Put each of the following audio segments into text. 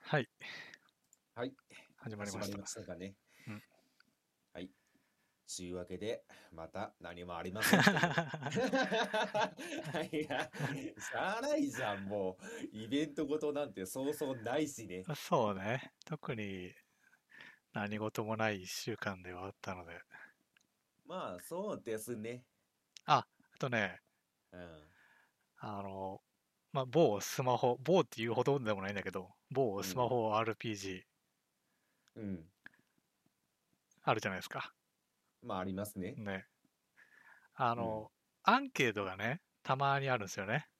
はい、はい、始まりまし始まりた。ましたかね。うんはい。というわけで、また何もありませんで した。いや、しゃあないじゃん、もう。イベントごとなんてそうそうないしね。そうね、特に何事もない1週間ではあったので、まあ、そうですね。あとね、うん。あの、まあ、某スマホ、某っていうほどでもないんだけど、某スマホ RPG うん。あるじゃないですか。まあ、ありますね。ね。あの、アンケートがね、たまにあるんですよね。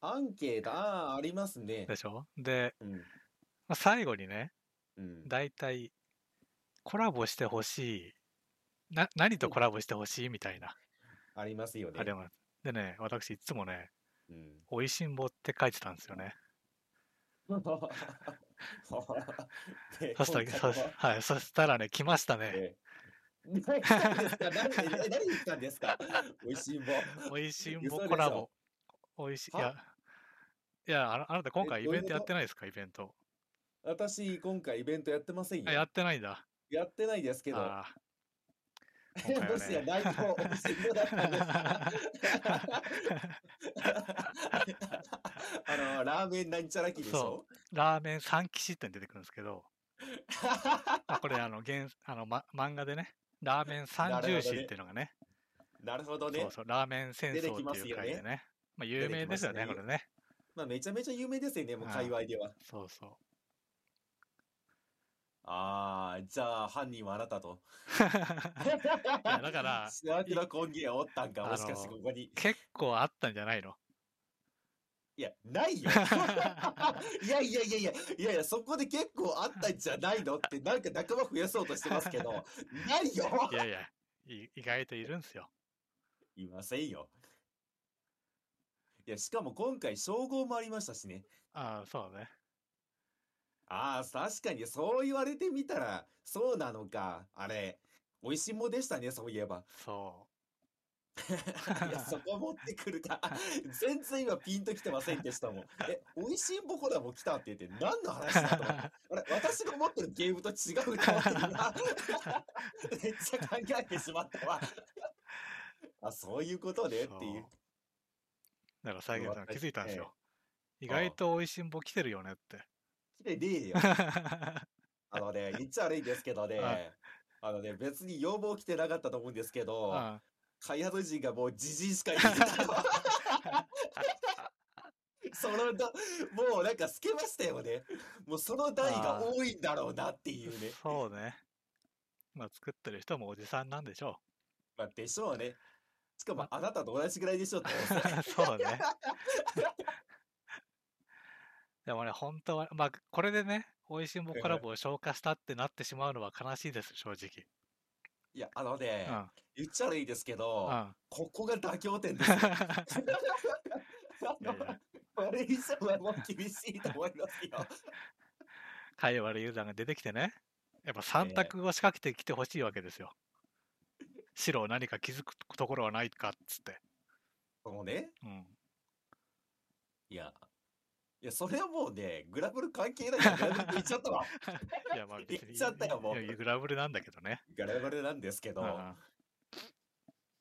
アンケート、ああ、ありますね。でしょで、うん。まあ、最後にね、うん。だいたいコラボしてほしい、な、何とコラボしてほしいみたいな、ありますよねあ。れもあるでね、私いつもね、うん。お いしんぼって書いてたんですよね。でそしたら、そ今 回ははい、そしたらね、来ましたね。ええ何したんですか何え何したんですか美味しいもん。おいしんぼ嘘でしょコラボ。おいしい、いやは、いや、あのあなた今回えイどういベンうことトやってないですか、イベント。私、今回イベントやってませんあよ。ややってないんだ。ってないですけど。あー今回 ロはシアね。代表、美味しいもんだったんですかあの、ラーメンなんちゃらきでしそょ ラーメン三騎士って出てくるんですけど、あこれあの原あの、ま、漫画でね、ラーメン三重士っていうのがね、 なるほどねそう。そう、ラーメン戦出て争きまっすていうよ回ねでね、まあ、有名ですよね、出てこきますねれね。まあ、めちゃめちゃ有名ですよね、もうあー界隈では。そうそう。ああ、じゃあ犯人はあなたと。 いやだから幸せの根源おったんか、いもしかしあてのここに。結構あったんじゃ ないのいや、ないよ。 いやいやいやいや、いやいや、そこで結構あったんじゃないのって、なんか仲間増やそうとしてますけ ど、ないよいやいや、い意外といるんですよ。いませんよ。いや、しかも今回、称号もありましたしね。ああ、そうね。ああ、確かに、そう言われてみたら、そうなのか。あれ、美味しんもでしたね、そういえば。そ い や、そこ持ってくるか。全然今ピンときてませんでしたもん。え、美味しんぼコラボ来たって言って、何の話 だと思って。う。あれ、私が思ってるゲームと違うと思って今 めっちゃ考えてしまったわ。あ、そういうことねっていう。だから最近さ私気づいたんですよ。え意外と美味しんぼ来てるよねって。綺麗でえよ。あの ね、言っちゃ悪いんですけどね。あのね、別に要望来てなかったと思うんですけう ど、ん開発人がもうじじいしかいない そのだ、もうなんか透けましたよね。もうその代が多いんだろうなっていうね。そうね。まあ作ってる人もおじさんなんでしょまあ、でしょうね。しかもあなたと同じぐらいでしょうって 思って。う。 そうね。でもね、本当は、まあこれでね、美味しんぼコラボを消化したってなってしまうのは悲しいです、正直。いや、あのね、うん。言っちゃ悪いですけど、うん。ここが妥協点 ですよ。あのいやいやこれ以上はもう厳しいと思いますよ。会話でユーザーが出てきてね、やっぱ3択を仕掛けてきてほしいわけですよ。白何か気づくところはないかっつって。そのね、うん。いや、いや、それはもうね、グラブル関係ないからグラブルって言っち ゃったわ。いや、ま あ別に。言っちゃったよもういやグラブルなんだけどね。ガラガラなんですけど、うん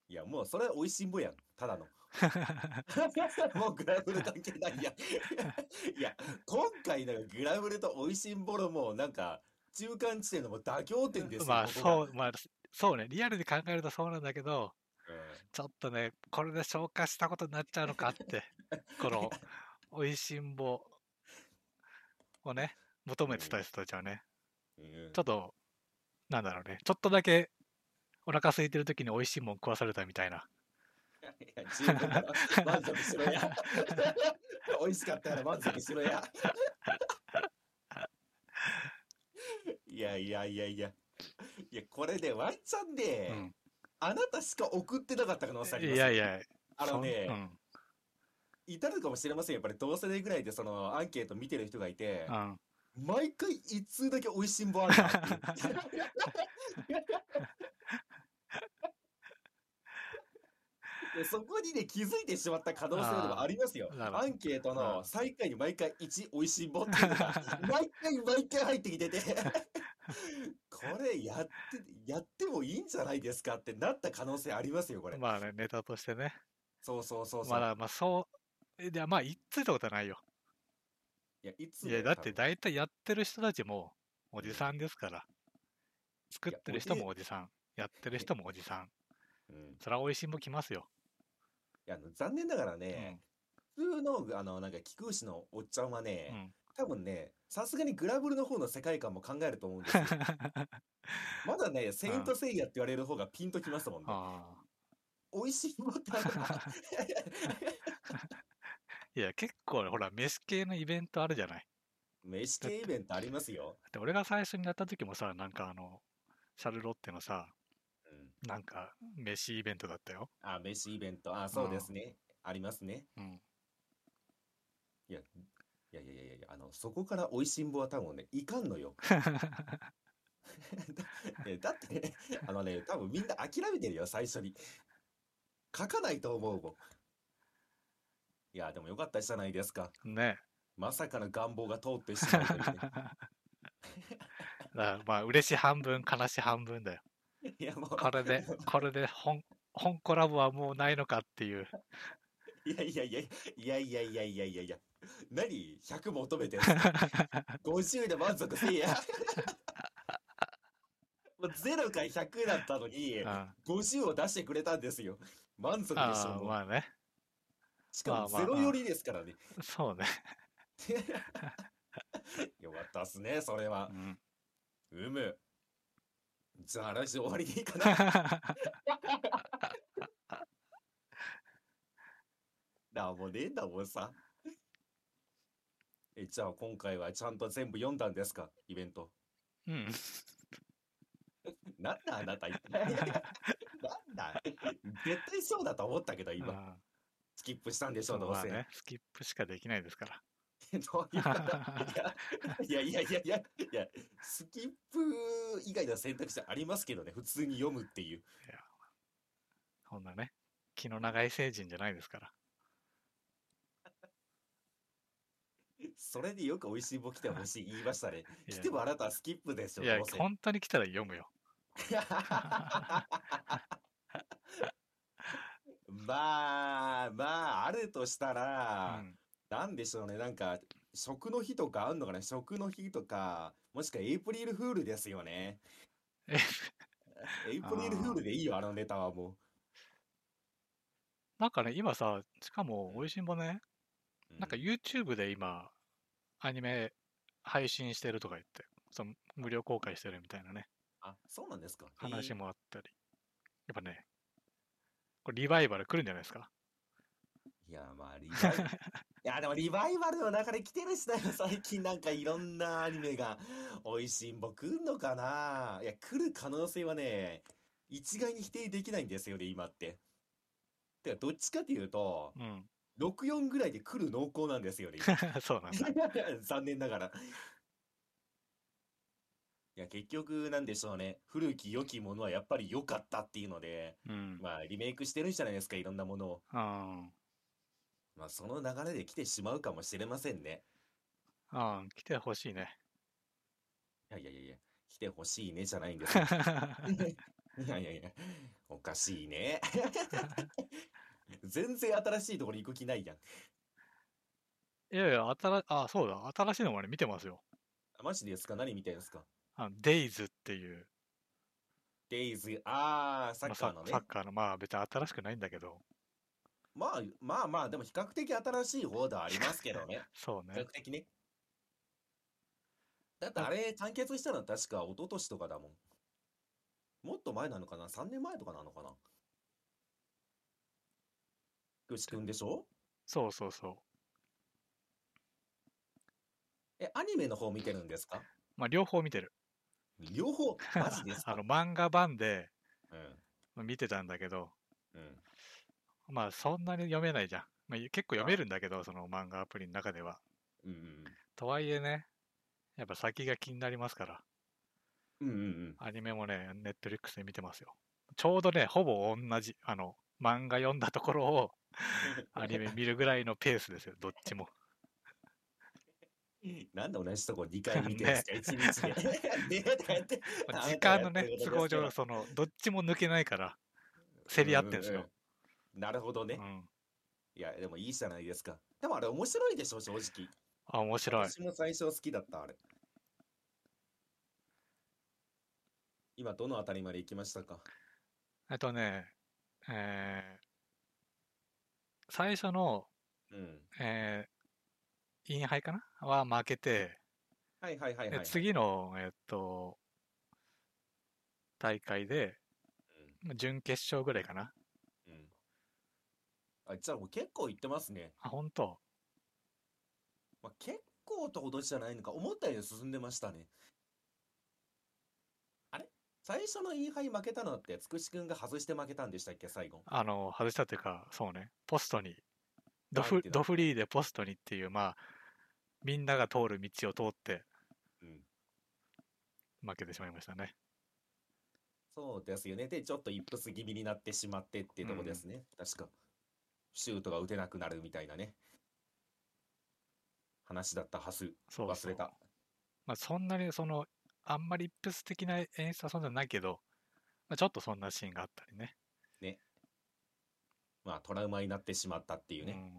いや、もうそれは美味しんぼやん、ただの。もうグラブル関係ないやん。いや、今回のグラブルと美味しんぼのもうなんか、中間地点のもう妥協点 ですよ。まあここがそう、まあそうね、リアルに考えるとそうなんだけど、うんちょっとね、これで消化したことになっちゃうのか って、この、美味しんぼをね、求めてた人たちはね、うんちょっと、なんだろうね、ちょっとだけお腹空いてる時に美味しいもん食わされたみたいな。いや十分だろ満足しろや。美味しかったから満足しろや。いやいやいやいや。いや、これでワンチャンで、うんあなたしか送ってなかった可能性あります。いやい。や、あのそね、ん至るかもしれません。やっぱり同世代ぐらいでそのアンケート見てる人がいて、うん、うん、毎回一通だけ美味しんぼあるなっていう。 でそこにね、気づいてしまった可能性もありますよあ。ーなるほどアンケートうのん最下位に毎回1美味しんぼっていうのが、 毎回毎回入ってきてて、これやって、やってもいいんじゃないですかってなった可能性ありますよ、これ。まあね、ネタとしてね。そうそうそうそう。まだ、まあそう、いや、まあ、いっついたことはないよ。いや、いついもや、だって多分大体やってる人たちも、おじさんですから。作ってる人おじもおじさん。やってる人もおじさん。うんいそら美味しんぼ来ますよ。やあの残念ながらうねん、。普通の、あの、なんか、菊牛のおっちゃんはうね、 ん。多分ね、さすがにグラブルの方の世界観も考えると思う んですよ。まだね、セイントセイヤって言われる方がピンときますもんね。ああ。美味しいもん ってあるな いや、結構ね、ほら、飯系のイベントあるじゃない。飯系イベントありますよ。で、俺が最初にやった時もさ、なんかあの、シャルロッテのさ、うん、なんか、飯イベントだったよ。あ、飯イベント。あ、そうですね。ありますね。うん。いや、いやいやいやいや、あの、そこから美味しんぼは多分ね、いか んのよ。だえ だってね、あのね、多分みんな諦めてるよ、最初に。書かないと思うもん。いや、でもよかったじゃないですか。ね まさかの願望が通ってしまうというね。だからまあ、嬉し半分、悲し半分だよ。いや、もう、これで、これで本、本コラボはもうないのかっていう。いやいやいや、いやいやいやいやいやいや。何 ?100 求めてんすか ?50 で満足せいや。もう0から100だったのにうん、あ50を出してくれたんですよ。満足でしょあ、もう。まあね。しかもまあまあ0寄りですからね。そうね。よかったっすね、それはう。ん、うむ。じゃあ来週終わりでいいか な。だからもうねえんだもんさ。え、じゃあ今回はちゃんと全部読んだんですかイベント。うん。なんだあなた一 体。なんだ絶対そうだと思ったけど、今。あスキップしたんでしそううょ、どうまあせ。ね。スキップしかできないですから。 どういうこといやいやいやいやいやいや、スキップ以外の選択肢ありますけどね、普通に読むっていう。こんなね。気の長い成人じゃないですから。それでよく美味しい棒来てほしい言いましたね。いや来てもあなたはスキップでしょ、いやどう、せ。本当に来たら読むよ。 まあ、まあ、あるとしたうら、ん。なんでしょうね、なんか、食の日とかあんのかな食の日とか、もしくはエイプリルフールですよね。え エイプリルフールでいいよ、あのネタはもなんかね、今さ、しかも、おいしんぼね、う。うなんか YouTube で今、アニメ配信してるとか言って、その無料公開してるみたいなね、あ、そうなんですか。話えーもあったり。やっぱね、これリバイバル来るんじゃないですかいや、まあ、リバ イバル。いや、でもリバイバルの中で来てるしな、最近なんかいろんなアニメが、美味しんぼ来んのかないや、来る可能性はね、一概に否定できないんですよね、今って。てか、どっちかっていうと、うん。 64ぐらいで来る濃厚なんですよね、今そうなんだ。 残念ながら。いや、結局なんでしょうね。古き良きものはやっぱり良かったっていうので、うん。まあ、リメイクしてるんじゃないですか、いろんなものを。うん。まあ、その流れで来てしまうかもしれませんね。うん。来てほしいね。いやいやいやいや、来てほしいねじゃないん ですよ。いやいやいや、おかしいね。 全然新しいところに行く気ないやん。いやいや、新、あ、そうだ。新しいのもね、見てますよ。あマジですか何見てんすかあのデイズっていう、デイズ、あー、サまあッカーのねサッ。カーの、まあ別に新しくないんだけど、まあまあまあ、でも比較的新しい方ではありますけどね。そう比較ね。的ね。だってあれ、完結したのは確か一昨年とかだもん。もっと前なのかな ?3 年前とかなのかなよし君でしょそうそうそう。え、アニメの方見てるんですかまあ両方見てる。両方、マジですあかの漫画版でうまあ見てたんだけど、ん。うん。まあそんなに読めないじゃん。まあ、結構読めるんだけど、その漫画アプリの中では。うんとはいえね、やっぱ先が気になりますから、うんうん。うんうんうん。アニメもね、ネットフリックスで見てますよ。ちょうどね、ほぼ同じ、あの、漫画読んだところをアニメ見るぐらいのペースですよ、どっちも。 なんで同じとこ2回見てるんで すか、一日で。ねえとかやってまあ あな時たが間のやってねる、こと都合ですから上、その、どっちも抜けないから、競り合ってるんですうよう。うんなるほどねう。ん。いや、でもいいじゃないですか。でもあれ面白いでしょ、正直。あ、面白い。私も最初好きだった、あれ。今、どのあたりまで行きましたかえっとね、えー最初の、うん。えーインハイかなは負けて、はいはいはいではいはい。次の、えっと、大会で、まあ準決勝ぐらいかな。うん。うん。あ、じゃあもう結構行ってますね。あ、本当まあ、結構とほどじゃないのか、思ったより進んでましたね。あれ最初のインハイ負けたのって、つくしくんが外して負けたんでしたっけ、最後。あの、外したというか、そうね、ポストに、ドなんフていうのドフリーでポストにっていう、まあ、みんなが通る道を通ってうん。負けてしまいましたね。そうですよね。で、ちょっとイップス気味になってしまってっていうとこですね。確か。シュートが打てなくなるみたいなね。話だったはず。そう忘れそうた。まあ、そんなにそのあんまりイップス的な演出はそんなにないけど、まあ、ちょっとそんなシーンがあったりね。まあ、トラウマになってしまったっていううね。んま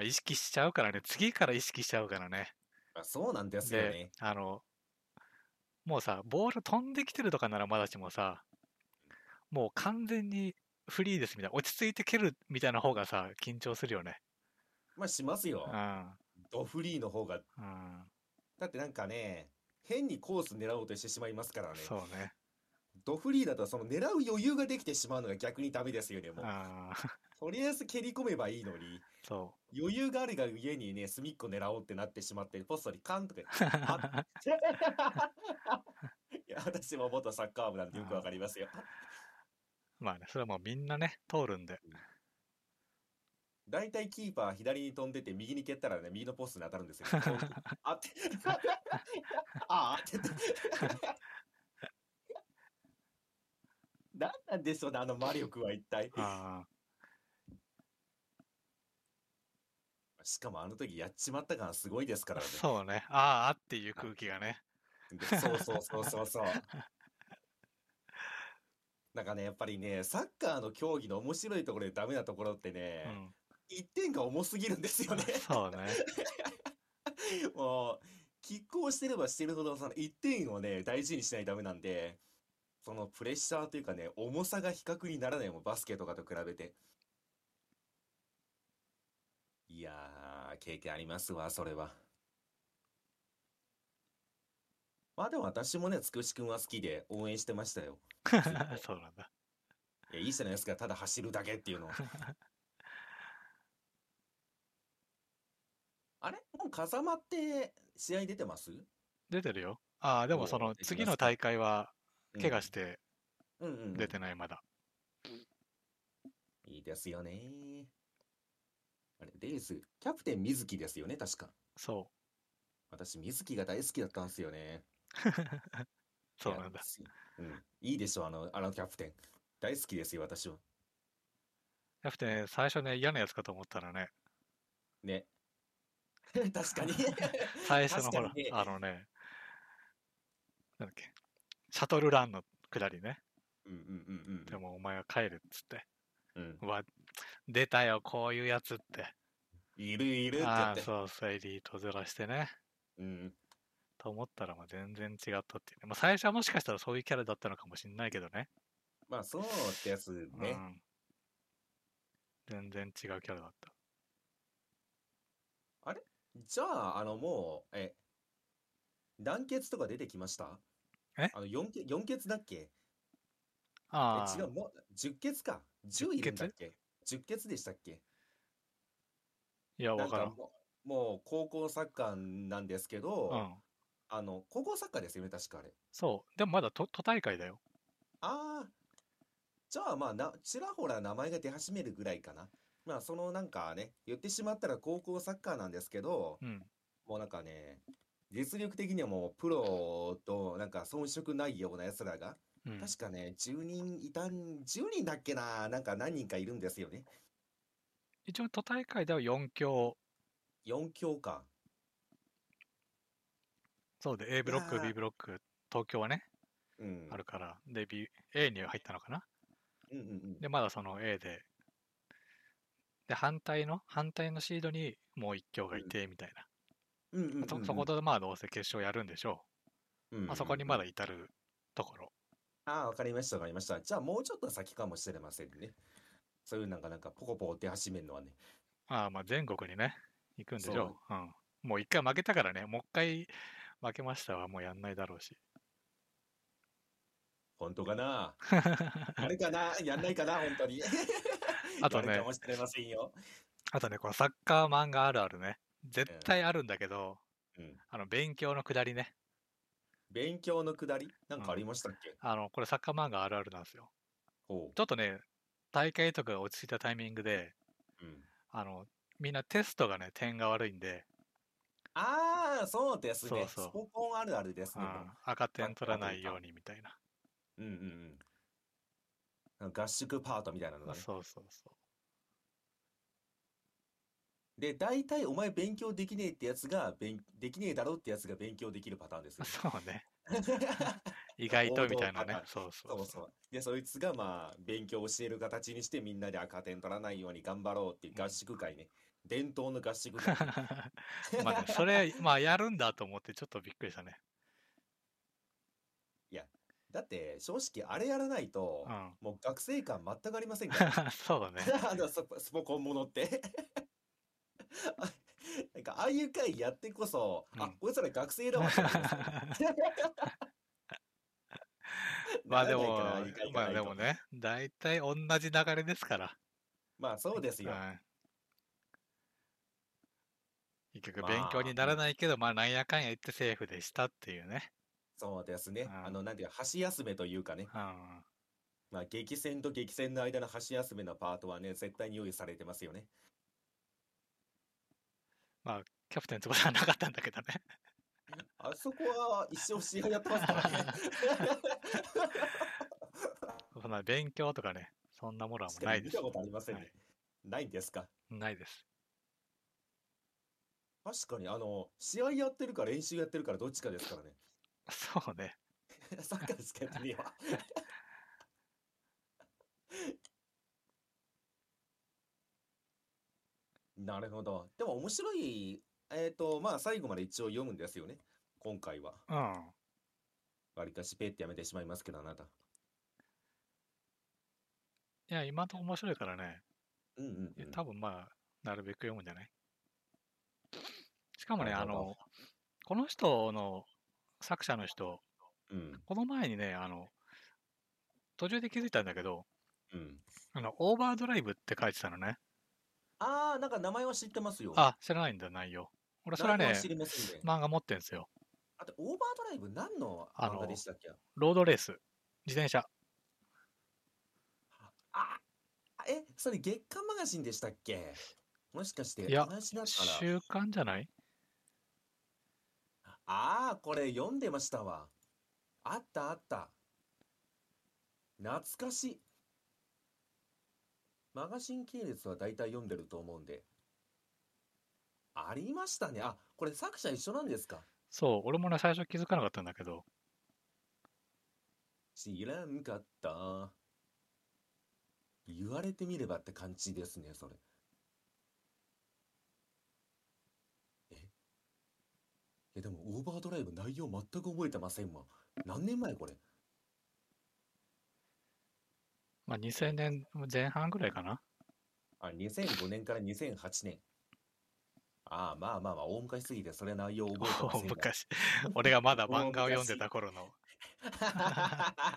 あ、意識しちゃうからね次から意識しちゃうからねまあ、そうなんですよでね。あのもうさボール飛んできてるとかならまだしもさもう完全にフリーですみたいな落ち着いて蹴るみたいな方がさ緊張するよね。まあ、しますよう。んドフリーの方が。うんだってなんかね、変にコース狙おうとしてしまいますからね。そうね。ドフリーだとその狙う余裕ができてしまうのが逆にダメですよね、もう。あーとりあえず蹴り込めばいいのに、 そ。余裕があるがゆえにね、隅っこ狙おうってなってしまって、ポストにカンとか。いうや、私も元サッカー部なんでよくわかりますよ。 まあね、それはもうみんなね、通るんで。大体キーパー左に飛んでて右に蹴ったらね、右のポストに当たるんですよ。あって、ああってって。何なんでしょうね、あの魔力は一体。あしかもあの時やっちまった感すごいですかーらね。そうね。あーあっていう空気がね。でそうそうそうそうそう。なんかね、やっぱりね、サッカーの競技の面白いところでダメなところってねう、ん。一点が重すぎるんです よね。そうね。もう、拮抗してればしてるほど、その一点をね、大事にしないとダメなんで、そのプレッシャーというかね、重さが比較にならないもん、バスケとかと比べて。いやー、経験ありますわ、それは。まあでも私もね、つくしくんは好きで応援してましたよ。 そうなんだ。いや、いいじゃないですか、ただ走るだけっていう の。あれもう風間って試合出てます出てるよ。ああ、でもそおのー出て次まのすか。大会は怪我しててうんうんうん出てないまだ。いいですよね。あれ、レース、キャプテン水木ですよね、確か。そ私、水木が大好きだったんですよね。う。そうなんだいや。。すうん。いいでしょ、あの、あのキャプテン。大好きですよ、私は。キャプテン、最初ね、嫌なやつかと思ったらね、ね。 確かに。最初のほ確らかにね、あのね、なんだっけ、シャトルランの下りね。うんうんうんでもお前は帰るっつって。うん。うん。うわ、出たよ、こういうやつって。いるいるって言あっあ、て。そうそう、エリートずらしてね。うん。と思ったら、まあ、全然違ったっていうね。まあ、最初はもしかしたらそういうキャラだったのかもしれないけどね。まあ、そうってやつうね。ん。全然違うキャラだった。じゃあ、あの、もう、え、団結とか出てきましたえあの、4け、4決だっけあえ、違う、もう、10決か。10いるんだっけ ?10 決でしたっけいや、なわんからかん。もう、もう高校サッカーなんですけうど、ん。あの、高校サッカーですよね、確かあれ。そう。でもまだ都都大会だよ。ああ、じゃあまあな、ちらほら名前が出始めるぐらいかな。まあ、そのなんかね、言ってしまったら高校サッカーなんですけど、うん。もうなんかね、実力的にはもうプロとなんか遜色ないような奴らが、うん、確かね、10人いたん、10人だっけな、なんか何人かいるんですよね。一応都大会では4強4強か。そうで A ブロッいクやー B ブロック東京はねうん。あるからで、B、A に入ったのかなうんうんうん。でまだその A でで反対の反対のシードにもう1強がいてみたいな、うんうんうんうんそそことまあどうせ決勝やるんでしょうんうう、んうんまあ、そこにまだ至るところああ、わかりました、わかりました。じゃあ、もうちょっと先かもしれませんね。そういうなんか、なんか、ポコポコ出始めるのはね。ああまあ全国にね行くんでしょう、うん、もう1回負けたからねもう1回負けましたはもうやんないだろう し本当かなやるかなやんないかな本当に。 あとやるねかもしれませんよ。あとねこのサッカー漫画あるあるね絶対あるんだけど、うんあの勉強のくだりね勉強のくだりなんかありましたっけ、あのこれサッカー漫画あるあるなんですよほちょっとね大会とかが落ち着いたタイミングでう。うん、あのみんなテストがね点が悪いんで、ああ、そうですそうね。そうスポコンあるあるですうねん。、赤点取らないようにみたいな、うんうんうん。合宿パートみたいなのがね。そうそうそうで、大体お前勉強できねえってやつが、勉できねえだろってやつが勉強できるパターンですよね。 そう ね。意外とみたいなね。そうそそううそ。そうう。で、そいつがまあ、勉強を教える形にしてみんなで赤点取らないように頑張ろうっていう合宿会ね。伝統の合宿会。 まあね、それ、まあやるんだと思ってちょっとびっくりしたね。 だって、正直あれやらないとう、ん。。もう学生感全くありませんからそうだ ね。あのスポスポコンものって。 あなんか、ああいう会やってこそ、うあん、こいつら学生だわってなりますよね。まあでなもらないからああいう会、行かまあないでともね、大体同じ流れですから。まあそうですうんよ。。結局まあ勉強にならないけど、まあなんやかんや言ってセーフでしたっていうね。そうですね。うんあの、なんていうか、箸休めというかね。うん。まあ、激戦と激戦の間の箸休めのパートはね、絶対に用意されてますよね。キャプテン翼はなかったんだけどね。 あそこは一生試合やってますか らね。そんな勉強とかね、そんなものはもしうかなもいで見すた。ことありませんね。はいないんですかないです。確かに、あの、試合やってるか練習やってるからどっちかですからね。そうね。 サッカーしかやってねえわ。 なるほど。でも面白い、えっと、まあ最後まで一応読むんですよね。今回は。うん。わりかしペってやめてしまいますけど、あなた。いや、今のとこ面白いからね、うんうんいやうん。多分まあ、なるべく読むんじゃないしかもね、なあるほどの、この人の、作者の人、うんこの前にね、あの、途中で気づいたんだけど、うん。あの、オーバードライブって書いてたのね。ああ、なんか名前は知ってますよ。あ、知らないんだ、内容。俺、それは内容ねは知りませんね、漫画持ってんですよ。あと、オーバードライブ何のあの漫画でしたっけロードレース、自転車。あえ、それ月刊マガジンでしたっけもしかしいて、や同じだったら。習慣じゃないああ、これ読んでましたわ。あったあった。懐かしい。マガジン系列は大体読んでると思うんで。ありましたね。あ、これ作者一緒なんですかそう、俺もね、最初気づかなかったんだけど、知らんかった。言われてみればって感じですね、それ。ええ、でも、オーバードライブ内容全く覚えてませんわ。何年前これまあ、2000年前半ぐらいかな。あ、2005年から2008年。ああ、まあまあまあ、大昔すぎて、それ内容覚 えて大ませんが。 昔、俺がまだ漫画を読んでた頃の。か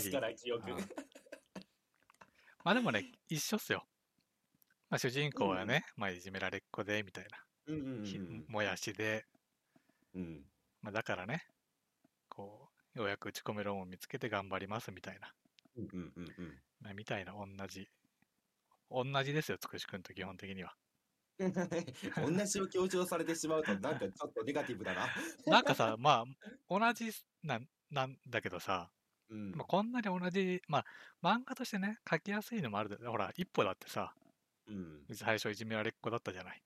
すから記憶。うんまあでもね、一緒っすよ。まあ、主人公はね、まあ、いじめられっ子で、みたいうんうんうんな、ひもやしで、うん。うん。まあ、だからね、こう、ようやく打ち込めるもんを見つけて頑張ります、みたいな、うんうんうんうん。まあ、みたいな、同じ。同じですよ、つくしくんと基本的には。 同じを強調されてしまうと、なんかちょっとネガティブだな。なんかさ、まあ、同じなんなんだけどさ、うん。まあ、こんなに同じ、まあ、漫画としてね、書きやすいのもあるで。ほら、一歩だってさ、うん最初いじめられっ子だったじゃない。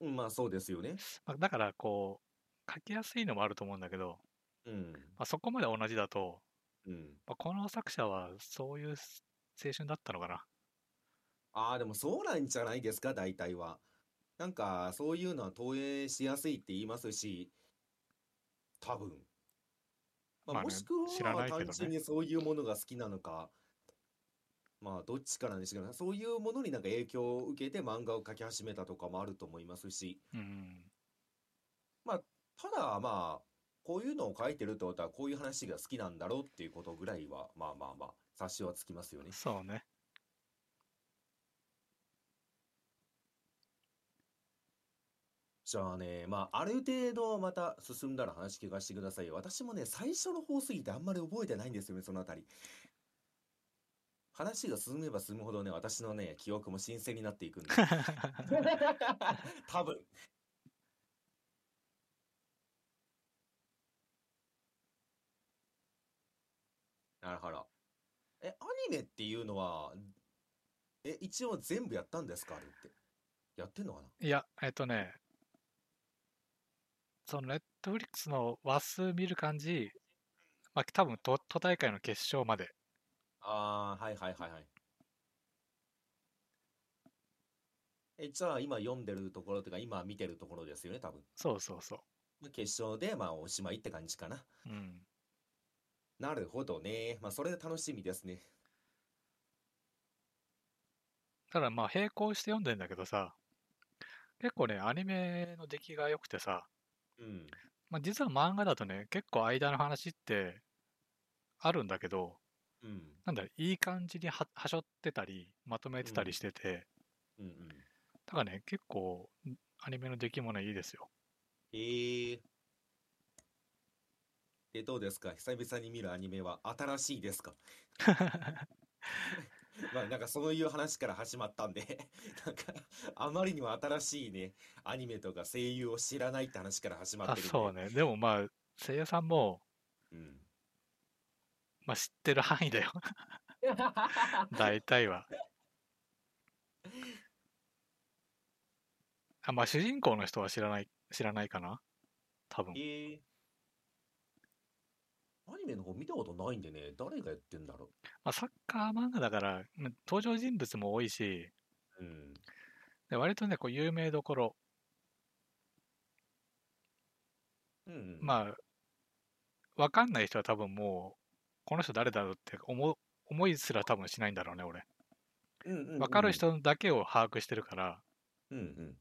うん。まあそうですよね。まあ、だから、こう、書きやすいのもあると思うんだけど、うん。まあ、そこまで同じだと、うん。まあ、この作者はそういう青春だったのかな。ああ、でもそうなんじゃないですか、大体は。なんか、そういうのは投影しやすいって言いますし、多分。ままああ、ねもしく知らは、ないけどね単純にそういうものが好きなのか、まあ、どっちかなんですけど、そういうものになんか影響を受けて漫画を描き始めたとかもあると思いますし、うん。ただ、まあ、こういうのを書いてるってことは、こういう話が好きなんだろうっていうことぐらいは、まあまあまあ、察しはつきますよね。そうね。 じゃあね、まあ、ある程度また進んだら話聞かせてくださいよ。私もね、最初の方すぎてあんまり覚えてないんですよね、そのあたり。話が進めば進むほどね、私のね、記憶も新鮮になっていくんで。多分。なるほど。え、アニメっていうのは、え、一応全部やったんですかあれって。やってんのかないや、えっとね、そのネットフリックスの話数見る感じ、まあ、多分都都大会の決勝まで。ああ、はいはいはいはい。え、じゃあ今読んでるところというか今見てるところですよね、多分。そうそうそまあ決勝でまあおしまいって感じかな。う。うん。なるほどね。まあそれで楽しみですね。ただまあ並行して読んでんだけどさ、結構ね、アニメの出来が良くてさ、うん。まあ、実は漫画だとね、結構間の話ってあるんだけど、うん。なんだろういい感じにははしょってたり、まとめてたりしてて、うんうん。だからね、結構アニメの出来もね、いいですよ。ええ。で、どうですか久々に見るアニメは新し いですかまあなんかそういう話から始まったんで なんかあまりにも新しいね、アニメとか声優を知らないって話から始まっあ、てるんで。そうね。でもまあ、声優さんも、うん。まあ、知ってる範囲 だよ。大体は。あ、まあ、主人公の人は知らない、知らないかな多分。ええアニメの方見たことないんでね、誰がやってんだろまあ、サッカー漫画だから、まあ登場人物も多いし、う。うん。で割とね、こう、有名どころ、うんうん。まあ、わかんない人は多分もう、この人誰だろうって思う思いすら多分しないんだろうね、俺。うんうんうんわかる。人だけを把握してるから、うんうん。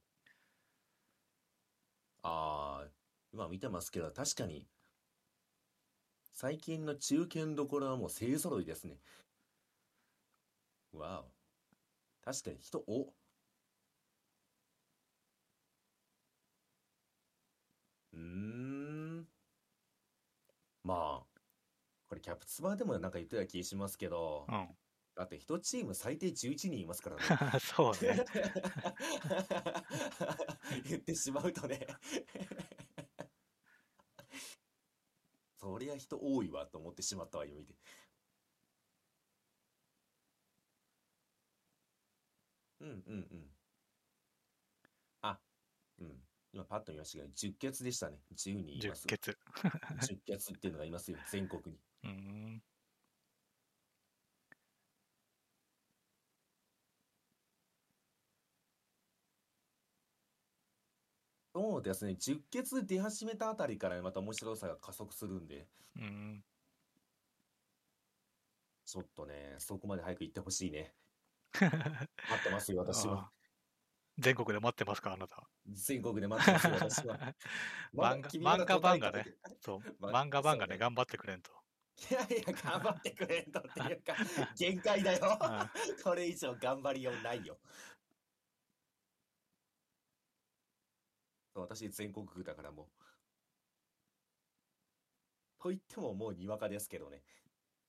ああ、今見てますけど、確かに、最近の中堅どころはもう勢揃いですね。わお。確かに人、お。うーん。まあ、これキャプツバーでもなんか言ってた気しますけど う、ん。だって一チーム最低11人いますからね。そうね。 言ってしまうとねそりゃ人多いわと思ってしまったわ今見てうんうんうんあうん今パッと見ましたけど10決でしたね10人い十ます決。 10決っていうのがいますよ全国にうーん。そうですね10決出始めたあたりからまた面白さが加速するんでうーん。ちょっとね、そこまで早く行ってほしいね。待ってますよ、 私あはあ。全国で待ってますか、あなた。全国で待ってますよ、私は。まだ漫画君まだ漫画答版えが書ねいてないそう、 ま漫画版がそうね、ね頑張ってくれん と。いやいや、頑張ってくれんとっていうか、限界 だよ。あこれ以上頑張りようないよ。そう私、全国区だからもう。と言ってももうにわかですけどね。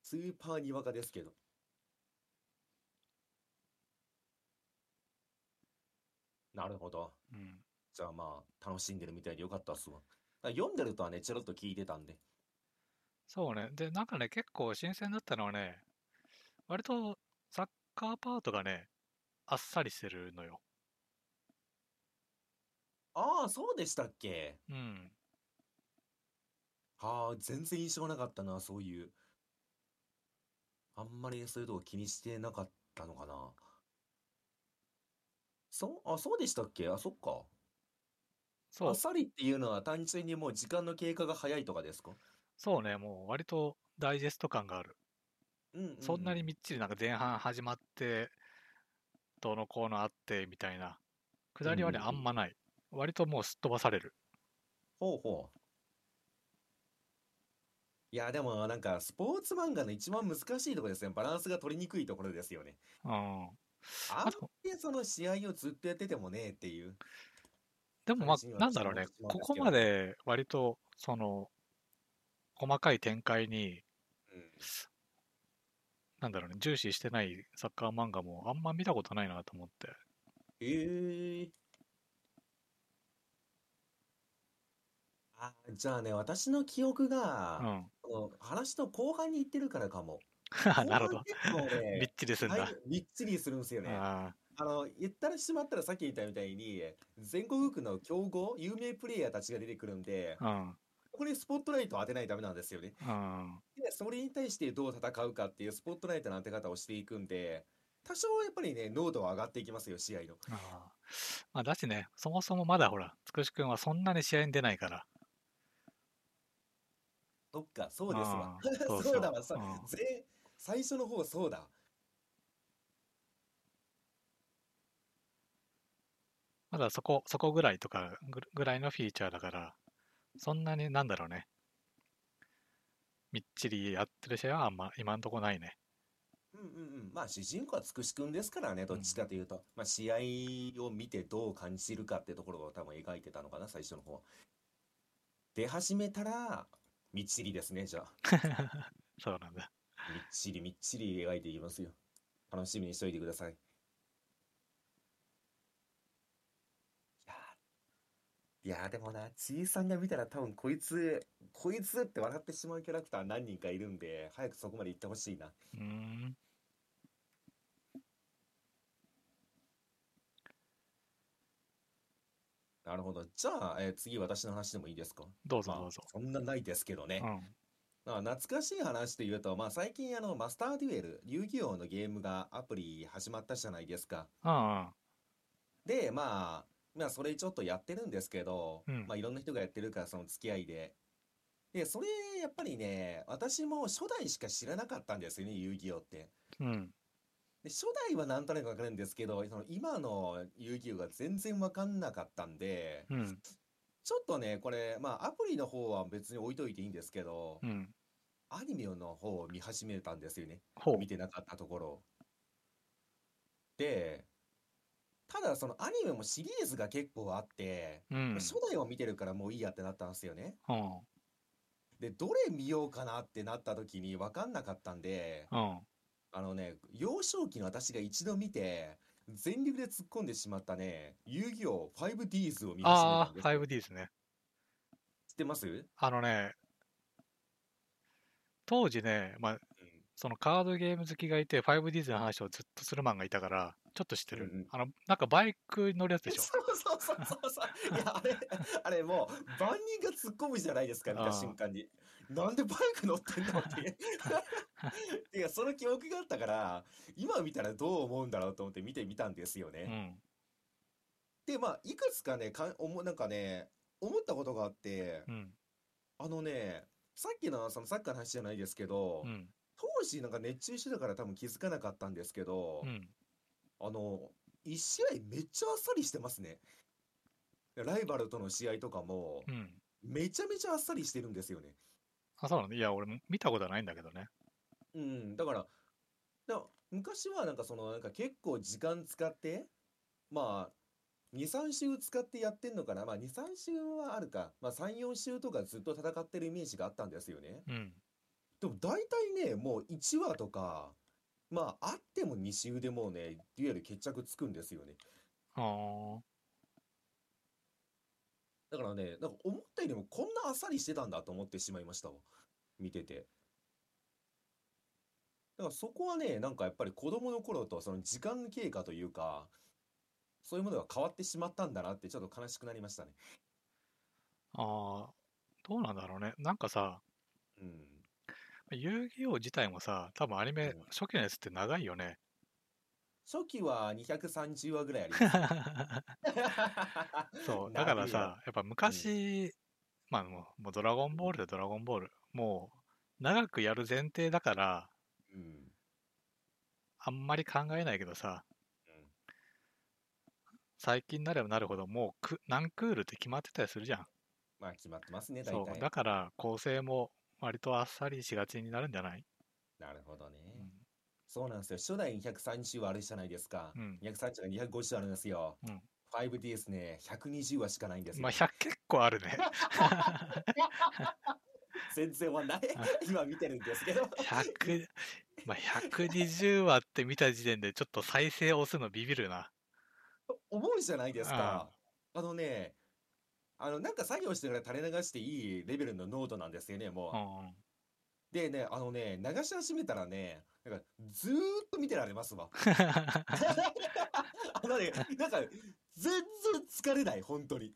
スーパーにわかですけど。なるほど。うん、じゃあまあ、楽しんでるみたいでよかったっすわ。だから読んでるとはね、ちょろっと聞いてたんで。そうね。で、なんかね、結構新鮮だったのはね、割とサッカーパートがね、あっさりしてるのよ。ああ、そうでしたっけうん。はあ、全然印象なかったな、そういう。あんまりそういうとこ気にしてなかったのかな。そう、あ、そうでしたっけあ、そっか。そあうっ、さりっていうのは単純にもう時間の経過が早いとかですかそうね。もう割とダイジェスト感がある。うんうんそんなうんにみっちりなんか前半始まって、どうのこうのあってみたいな。下りはね、うんうんあうんんまない。割ともうすっ飛ばされる。ほうほう。いや、でもなんかスポーツ漫画の一番難しいところですね。バランスが取りにくいところですよね。うん。あんあとまりその試合をずっとやっててもねっていう。でもま最新あ、話なんだろうね私、こも私もこですけどまで割と、その、細かい展開に、うんなんだろうね、重視してないサッカー漫画もあんま見たことないなと思って。ええあ、じゃあね、私の記憶うが、ん。この話の後半に行ってるからかも。 なるほど。後半結構 びっね、ちりすんだいだ。ぶみっちりするんですよね。ああの、言ったらしまったらさっき言ったみたいに、全国区の強豪、有名プレイヤーたちが出てくるんで、あ、うん。これスポットライトを当てないとダメなんですよね。うん。で、それに対してどう戦うかっていうスポットライトの当て方をしていくんで、多少やっぱりね、濃度は上がっていきますよ、試合の。ああまあ、だしね、そもそもまだほら、つくし君はそんなに試合に出ないから。そっか、そうですわ。うんそ そううそうだわ、さ、うんぜ、最初の方そうだ。まだそこ、そこぐらいとかぐぐらいのフィーチャーだから、そんなになんだろうね。みっちりやってる試合はあんま今んとこないね。 うんうんうん。まあ、主人公はつくし君ですからね、どっちかというと。まあ、試合を見てどう感じるかってところを多分描いてたのかな、最初の方は。出始めたら、みっちりですね、じゃあ。そうなんだ。みっちりみっちり描いていきますよ。楽しみにしといてください。いやー、いやーでもな、ちいさんが見たら多分こいつ、こいつって笑ってしまうキャラクター何人かいるんで、早くそこまで行ってほしいな。うーん。なるほど。じゃあ、えー次私の話でもいいですかどうぞまあどうぞ。そんなないですけどねう。ん。まあ、懐かしい話というと、まあ、最近あの、マスターデュエル、遊戯王のゲームがアプリ始まったじゃないですか。うんで、まあ、まあ、それちょっとやってるんですけど、うんまあ、いろんな人がやってるから、その付き合いで。で、それ、やっぱりね、私も初代しか知らなかったんですよね、遊戯王って。うん。うん。で、初代はなんとなくわかるんですけど、その今の遊戯王が全然わかんなかったんで、うん。ちょっとね、これ、まあ、アプリの方は別に置いといていいんですけどう、ん。アニメの方を見始めたんですよね。ほう見。てなかったところ。で、ただそのアニメもシリーズが結構あって、うん。初代を見てるからもういいやってなったんですよね。うん。で、どれ見ようかなってなった時に分かんなかったんで、うん。あのね、幼少期の私が一度見て、全力で突っ込んでしまったね、遊戯王 5Ds を見始めたあんあ、です。 5D ですね。知ってますうん。あのね、当時ね、まあ、そのカードゲーム好きがいて、5Ds の話をずっとするマンがいたから、ちょっと知ってる。うんうんあの、なんかバイクに乗るやつでしょそ。うそうそうそうそう。いや、あれ、あれもう、万人が突っ込むじゃないですか、見あたあ瞬間に。なんでバイク乗ってんだっていう。てか、その記憶があったから、今見たらどう思うんだろうと思って見てみたんですようね。ん。で、まあ、いくつかね、かん、おも、なんかね、思ったことがあってう、ん。あのね、さっきのそのサッカーの話じゃないですけどう、ん。当時なんか熱中してたから多分気づかなかったんですけどう、ん。あの、一試合めっちゃあっさりしてますね。ライバルとの試合とかもう、ん。めちゃめちゃあっさりしてるんですよね。あ、そうなのいや、俺も見たことはないんだけどね。うん、だから、だから昔はなんかその、なんか結構時間使って、まあ、2、3週使ってやってんのかな。まあ、2、3週はあるか。まあ、3、4週とかずっと戦ってるイメージがあったんですよね。うん。でも大体ね、もう1話とか、まあ、あっても2週でもうね、デュエル決着つくんですよね。あーだからね、なんか思ったよりもこんなあっさりしてたんだと思ってしまいましたわ。見てて。だからそこはね、なんかやっぱり子供の頃とその時間経過というか、そういうものが変わってしまったんだなってちょっと悲しくなりましたね。ああ、どうなんだろうね。なんかさ、うん。遊戯王自体もさ、多分アニメうん初期のやつって長いよ ね。初期は230話ぐらいあ りますね。そう、だから長いよ、さ、やっぱ昔、まあもう、もうドラゴンボールでドラゴンボール、もう長くやる前提だから、うん。あんまり考えないけどさ、最近になればなるほど、もうく何クールって決まってたりするじゃん。まあ決まってますね、大そう、体。だから構成も割とあっさりしがちになるんじゃない、なるほどね。うんそうなんですよ。初代230話あれじゃないですか。うん230が250話あるんですよ。うん 5DS ね、120話しかないんですよまあ、。100結構ある ね。全然はない 今見てるんですけど。 100、まあ、120話って見た時点でちょっと再生押すのビビるな。思うじゃないですか。あのね、あの、なんか作業してから垂れ流していいレベルの濃度なんですよね、うも う。んうん。でね、あのね、流し始めたらね、なんかずーっと見てられますわ。 あのね、なんか全然疲れない、本当に。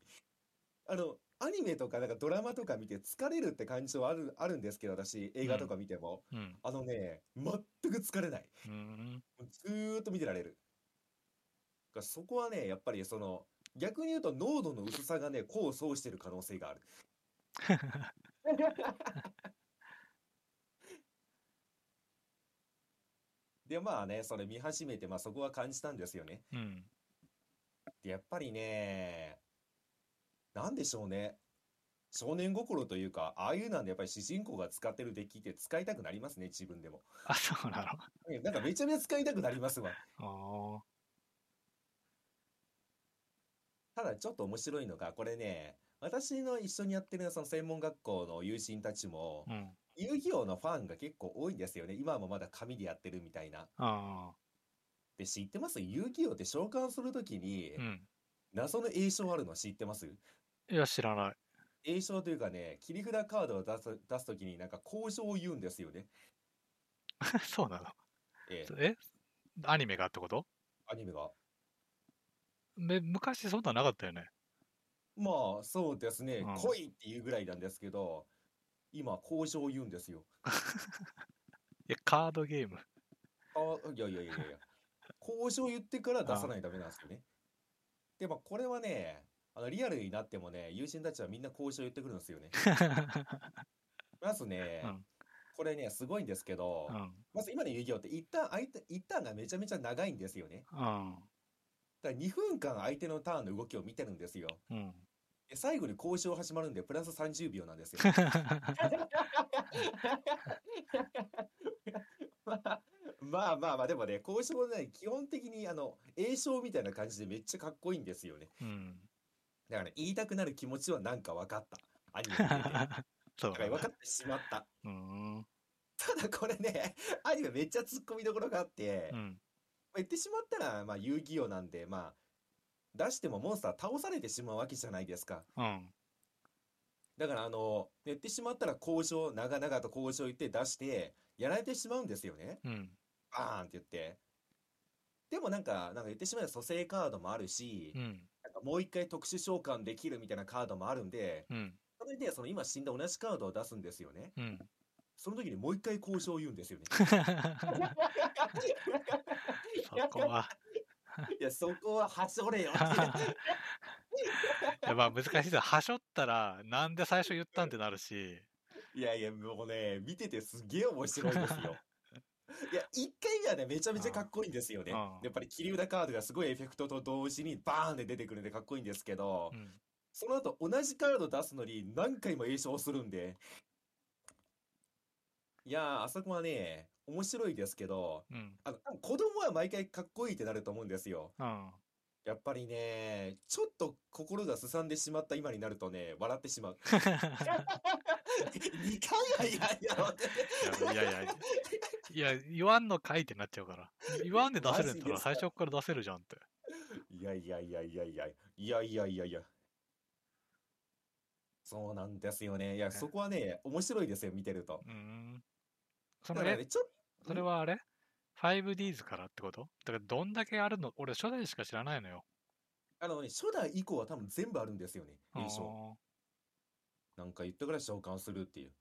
あの、アニメとかなんかドラマとか見て疲れるって感じはある、あるんですけど、私、映画とか見ても。うん。あのね、全く疲れない。うん。ずーっと見てられる。だからそこはね、やっぱりその、逆に言うと濃度の薄さがね、功を奏してる可能性がある。 で、まあね、それ見始めて、まあそこは感じたんですよね。うん。で、やっぱりね、なんでしょうね。少年心というか、ああいうなんでやっぱり主人公が使ってるデッキって使いたくなりますね、自分でも。あ、そうな ねなんかめちゃめちゃ使いたくなりますわ。の。ただちょっと面白いのが、これね、私の一緒にやってるその専門学校の友人たちもあ、あ。うん。遊戯王のファンが結構多いんですよね。今もまだ紙でやってるみたいな。あで、知ってます遊戯王って召喚するときにあ。う、ん。謎の詠唱あるの知ってますいや、知らない。 詠唱というかね、切り札カードを出す、出すときになんか交渉を言うんですよね。そうなの。ええ、えアニメがってことアニメが。め昔そんなんなかったよね。まあ、そうですねうん。来いっていうぐらいなんですけど、今、交渉を言うんですよ。いや、カードゲーム。あ、いやいやいやいやいや。交渉言ってから出さないとダメなんですよね。で、まあ、これはね、あの、リアルになってもね、友人たちはみんな交渉言ってくるんですよね。まず ね、うんこれね、すごいんですけど、うん。まず今の遊戯王って一旦相手、一旦がめちゃめちゃ長いんですよね。うん。だから2分間相手のターンの動きを見てるんですよ。うん。で最後に交渉始まるんで、プラス30秒なんですよ。まあ まあまあまあ、でもね、交渉ね、基本的にあの、栄唱みたいな感じでめっちゃかっこいいんですよね。うん。だから、言いたくなる気持ちはなんか分かった。アニメ見てて。だそうから なん分だ。かってしまった。うん。ただこれね、アニメめっちゃ突っ込みどころがあって、うまあん。言ってしまったら、まあ遊戯王なんで、まあ、出してもモンスター倒されてしまうわけじゃないですか。うん。だからあの、言ってしまったら交渉、長々と交渉言って出して、やられてしまうんですよね。うん。バーンって言って。でもなんか、なんか言ってしまえば蘇生カードもあるし、うん。なんかもう一回特殊召喚できるみたいなカードもあるんで、うん。それでその今死んだ同じカードを出すんですよね。うん。その時にもう一回交渉を言うんですよね。そこは。 いや、そこははしょれよ。 やっぱ難しいぞ。はしょったら、なんで最初言ったんってなるし。いやいや、もうね、見ててすげえ面白いですよ。いや、一回目はね、めちゃめちゃかっこいいんですよね。うんやっぱり、切り札カードがすごいエフェクトと同時にバーンって出てくるんでかっこいいんですけどう、ん。その後同じカード出すのに何回も栄唱するんで。いやー、あそこはね、面白いですけど、うん。あの、多分子供は毎回かっこいいってなると思うんですよ。うん。やっぱりね、ちょっと心がすさんでしまった今になるとね、笑ってしまう。2回は嫌やろって。いやいやいや、いや、言わんのかいってなっちゃうから。言わんで出せるんだったらマジで最すか初から出せるじゃんって。いやいやいやいやいやいやいやいやいやいや。そうなんですよね。いや、ねそこはね、面白いですよ、見てると。うーん。そだのからえ、ね、ちょっそれはあれ ?5Ds からってことだからどんだけあるの俺初代しか知らないのよ。あのね、初代以降は多分全部あるんですよね、あ印象。ーなんか言ったからい召喚するっていう。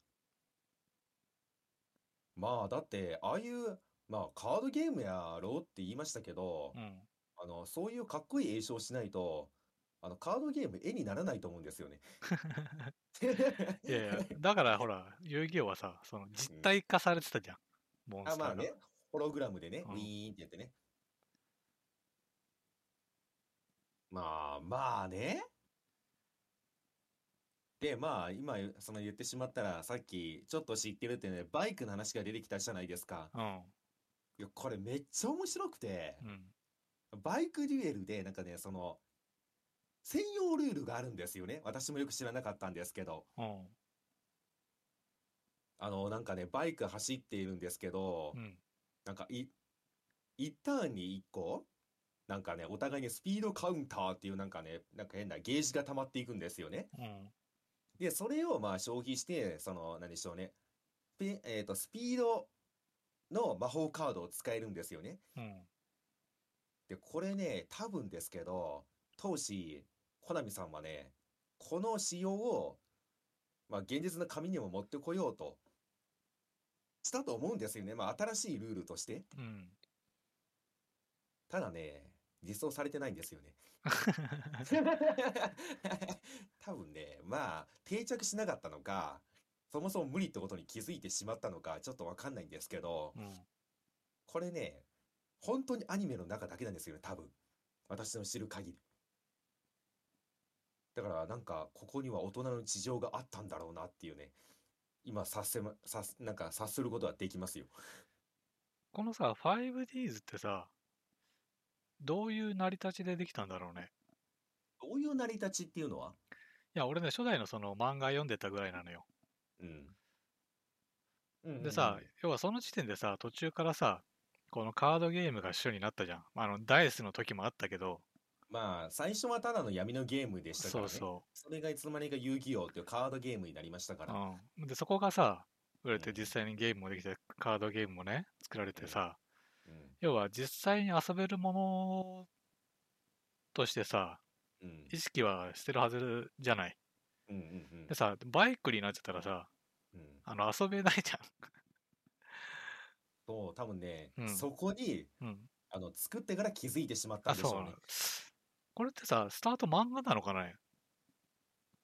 まあ、だって、ああいう、まあ、カードゲームやろうって言いましたけどう、ん。あの、そういうかっこいい詠唱しないと、あの、カードゲーム絵にならないと思うんですよね。 いやいや、だからほら、遊戯王はさ、その実体化されてたじゃん。モンあ、スタまあーが。ね、ホログラムでね、うんウィーンってやってね。まあ、まあね。で、まあ、今、その言ってしまったら、さっき、ちょっと知ってるってね、バイクの話が出てきたじゃないですか。いや、これめっちゃ面白くてう、ん。うん。バイクデュエルで、なんかね、その、専用ルールがあるんですよね。私もよく知らなかったんですけど。うん。あの、なんかね、バイク走っているんですけどう、ん。なんかい、1ターンに1個、なんかね、お互いにスピードカウンターっていうなんかね、なんか変なゲージが溜まっていくんですよね。うん。で、それをまあ消費して、その、何でしょうね。ペえっと、スピードの魔法カードを使えるんですよね。うん。で、これね、多分ですけど、当時、コナミさんはね、この仕様を、まあ、現実の紙にも持ってこようと、したと思うんですよね。まあ、新しいルールとして。うん。ただね、実装されてないんですよ ね。多分ね、まあ、定着しなかったのか、そもそも無理ってことに気づいてしまったのか、ちょっとわかんないんですけど、うん。これね、本当にアニメの中だけなんですよね、多分。私の知る限り。だから、なんか、ここには大人の事情があったんだろうなっていうね、今、察せま、察す、なんか、察することはできますよ。このさ、5Ds ってさ、どういう成り立ちでできたんだろうね。どういう成り立ちっていうのはいや、俺ね、初代のその漫画読んでたぐらいなのよ。うん。うんうんうでんさ、要はその時点でさ、途中からさ、このカードゲームが主になったじゃん。あの、ダイスの時もあったけど、まあ、最初はただの闇のゲームでしたかそらうね。そそれがいつの間にか遊戯王っていうカードゲームになりましたかう。ら。うん。で、そこがさ、売れうてん実際にゲームもできて、カードゲームもね、作られてさ、うん。要は実際に遊べるものとしてさ、うん。意識はしてるはずじゃない。うんうんうんでさ、バイクになっちゃったらさ、うん。あの、遊べないじそう、多分ねう、んそこに、ゃん。うん。あの、作ってから気づいてしまったあ、んでしそうょうなねの。これってさ、スタート漫画なのかね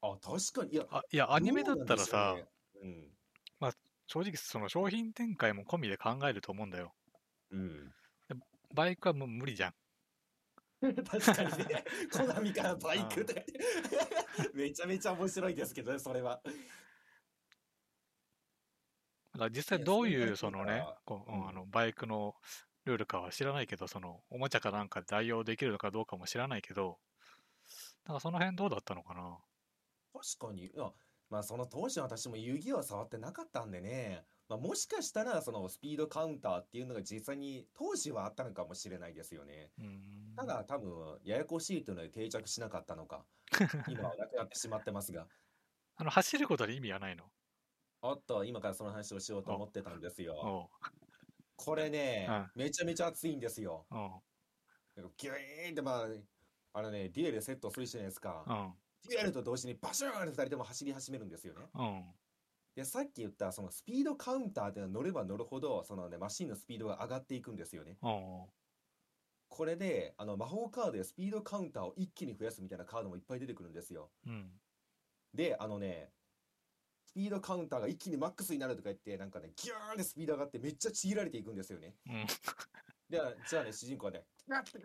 あ、確かに。いや、あいや、アニメだどうったらさ、なんでしょうね、正直その商品展開も込みで考えると思うんだよ。うん。バイクはもう無理じゃん。うん。 確かに ね、コナミからバイクとか言って めちゃめちゃ面白いですけどね、それは。だから実際いやどういうそそうなのるねから、こうううんんあのバイクのルールかは知らないけど、そのおもちゃかなんかで代用できるのかどうかも知らないけど、なんかその辺どうだったのかな確かに。いやまあ、その当時の私も遊戯王は触ってなかったんでね。まあ、もしかしたら、そのスピードカウンターっていうのが実際に当時はあったのかもしれないですよね。うーんただ、多分、ややこしいというので定着しなかった のか。今はなくなってしまってますが。あの走ることに意味はないのおっと、今からその話をしようと思ってたんですよ。 おうこれねうん、めちゃめちゃ熱いんですよ。うんギュイーンって、まあ、あのね、デュエルでセットするじゃないですかう。んデュエルと同時にバシューンって二人とも走り始めるんですよね。うんで、さっき言った、そのスピードカウンターで乗れば乗るほど、そのね、マシンのスピードが上がっていくんですよね。うんこれで、あの、魔法カードでスピードカウンターを一気に増やすみたいなカードもいっぱい出てくるんですよ。うんで、あのね、スピードカウンターが一気にマックスになるとか言って、なんかね、ギューンってスピード上がってめっちゃちぎられていくんですよね。うんで、じゃあね、主人公はね、なんて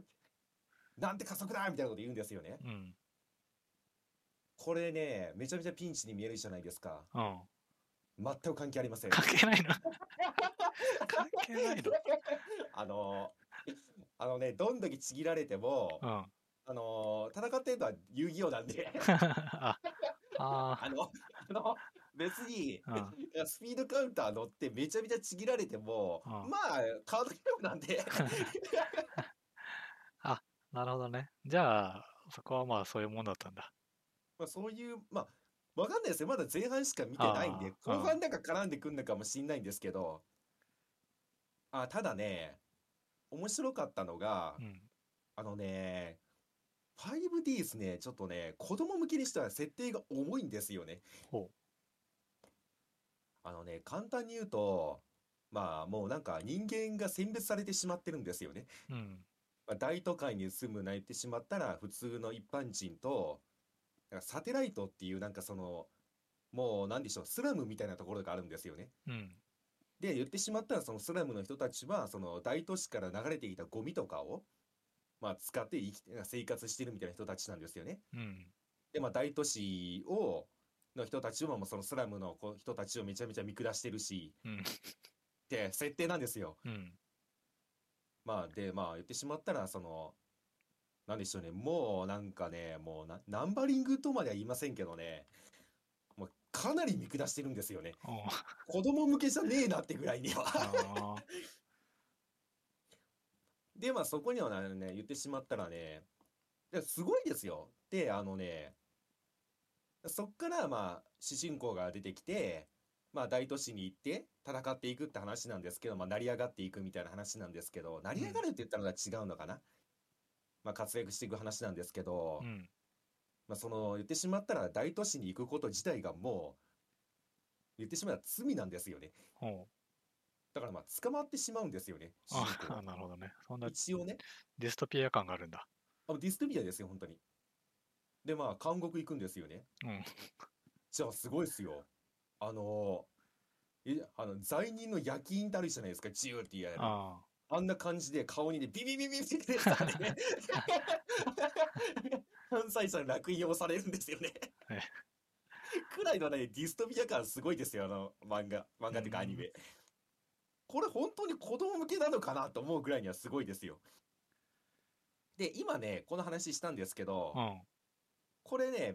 なんて加速だみたいなこと言うんですよね。うんこれね、めちゃめちゃピンチに見えるじゃないですか。うん全く関係ありません。関係ないの 関係ないのあのー、あのね、どんだけちぎられても、うん あのー、戦ってるのは遊戯王なんで、あああの、あの、別に、うんいやスピードカウンター乗ってめちゃめちゃちぎられても、うんまあ、カードゲームなん で、なるほどね。じゃあ、そこはまあそういうもんだったんだ。まあそういう、まあ、わかんないですよ。まだ前半しか見てないんで、あー後半なんか絡んでくんのかもしんないんですけど、あ、ただね、面白かったのがう、ん。あのね、5D ですね、ちょっとね、子供向けにしたら設定が重いんですよね。ほあのね、簡単に言うと、まあもうなんか人間が選別されてしまってるんですよね。う。うん。まあ、大都会に住むなってしまったら普通の一般人と、なんかサテライトっていうなんかその、もうなんでしょう、スラムみたいなところがあるんですよね。うん。で、言ってしまったらそのスラムの人たちは、その大都市から流れてきたゴミとかを、まあ使って生き、生活してるみたいな人たちなんですよね。うん。で、まあ、大都市を、の人たちも、もうそのスラムのこう人たちをめちゃめちゃ見下してるし、うんって設定なんですよ。うん。まあ、で、まあ、言ってしまったら、その、なんでしょうね、もうなんかね、もうな、ナンバリングとまでは言いませんけどね、もうかなり見下してるんですよね。おう子供向けじゃねえなってぐらいには。あーで、まあそこにはね、言ってしまったらね、ですごいですよ。で、あのね、そっからまあ主人公が出てきて、まあ大都市に行って戦っていくって話なんですけど、まあ成り上がっていくみたいな話なんですけど、成り上がるって言ったのは違うのかな。まあ活躍していく話なんですけど う、ん。まあその言ってしまったら大都市に行くこと自体がもう、言ってしまえば罪なんですよね。おうだからまあ捕まってしまうんですよね、主あ人公はーなるほどね。そんな一応ね。ディストピア感があるんだ。あディストピアですよ、本当に。で、まあ、監獄行くんですよね。うん。じゃあ、すごいですよ。あのー、え、あの、罪人の焼き印ってあるじゃないですか、ジューってやる。ああんな感じで顔にね、ビビビビビビってさね関西さん楽印をされるんですよねはい。くらいのね、ディストピア感すごいですよ、あの、漫画。漫画っていうかアニメ。これ本当に子供向けなのかなと思うぐらいにはすごいですよ。で、今ね、この話したんですけど、あ。うん。これね、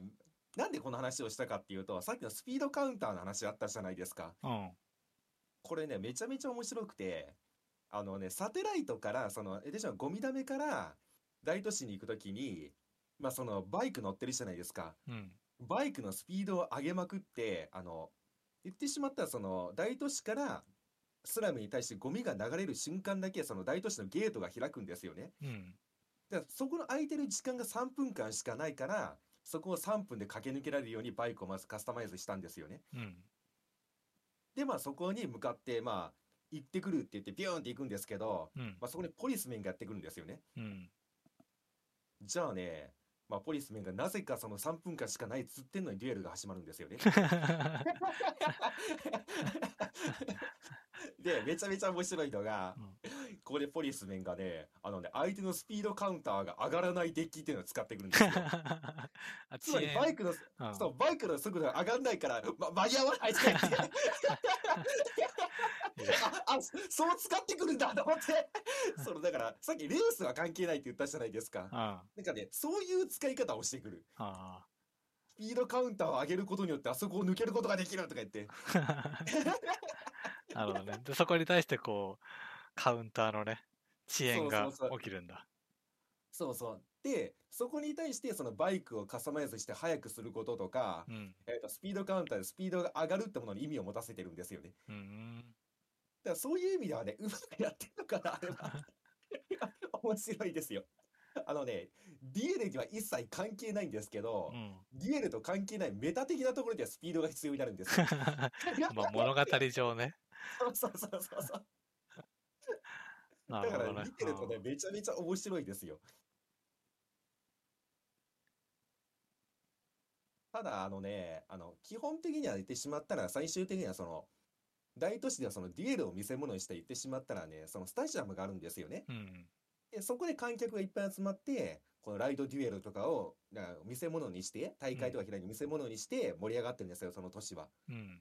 なんでこの話をしたかっていうと、さっきのスピードカウンターの話あったじゃないですか。うん。これね、めちゃめちゃ面白くて、あのね、サテライトから、その、え、でしょ、ゴミ溜めから大都市に行くときに、まあ、その、バイク乗ってるじゃないですか。うん。バイクのスピードを上げまくって、あの、言ってしまったら、その、大都市からスラムに対してゴミが流れる瞬間だけ、その大都市のゲートが開くんですよね。うん。だからそこの空いてる時間が3分間しかないから、そこを3分で駆け抜けられるようにバイクをまずカスタマイズしたんですよね。うん。で、まあそこに向かって、まあ、行ってくるって言ってビューンって行くんですけど、うん。まあそこにポリスメンがやってくるんですよね。 うん。じゃあね、まあポリスメンがなぜかその3分間しかないっつってんのにデュエルが始まるんですよね。で、めちゃめちゃ面白いのが、ここでポリスメンがね、あのね、相手のスピードカウンターが上がらないデッキっていうのを使ってくる んですよ。あつまりバイクの、うんそう、バイクの速度が上がんないから、ま、間に合わないとか言ってあ、あ、そう使ってくるんだと思って。その、だから、さっきレースは関係ないって言ったじゃないですか。あなんかね、そういう使い方をしてくる。あ。あスピードカウンターを上げることによって、あそこを抜けることができるとか言って。あ。 なるほどね。で、そこに対してこう、カウンターのね、遅延がそうそうそう起きるんだ。そうそう。で、そこに対して、そのバイクをカスタマイズして速くすることとか、うん。えっと、スピードカウンターでスピードが上がるってものに意味を持たせてるんですよね。うん。だからそういう意味ではね、うまくやってるのかな、あ れは。面白いですよ。あのね、デュエルには一切関係ないんですけどう、ん。 デュエルと関係ないメタ的なところではスピードが必要になるんですよ。 まあ、物語上ね。 そうそうそうそうそう。なだるかほどらね見てるとね、めちゃめちゃ面白いですよ。ただ、あのね、あの、基本的には言ってしまったら、最終的にはその、大都市ではそのデュエルを見せ物にして言ってしまったらね、そのスタジアムがあるんですよね。うん。うん。で、そこで観客がいっぱい集まって、このライドデュエルとかを、だから見せ物にして、大会とか開いて見せ物にして盛り上がってるんですよ、その年は。うん。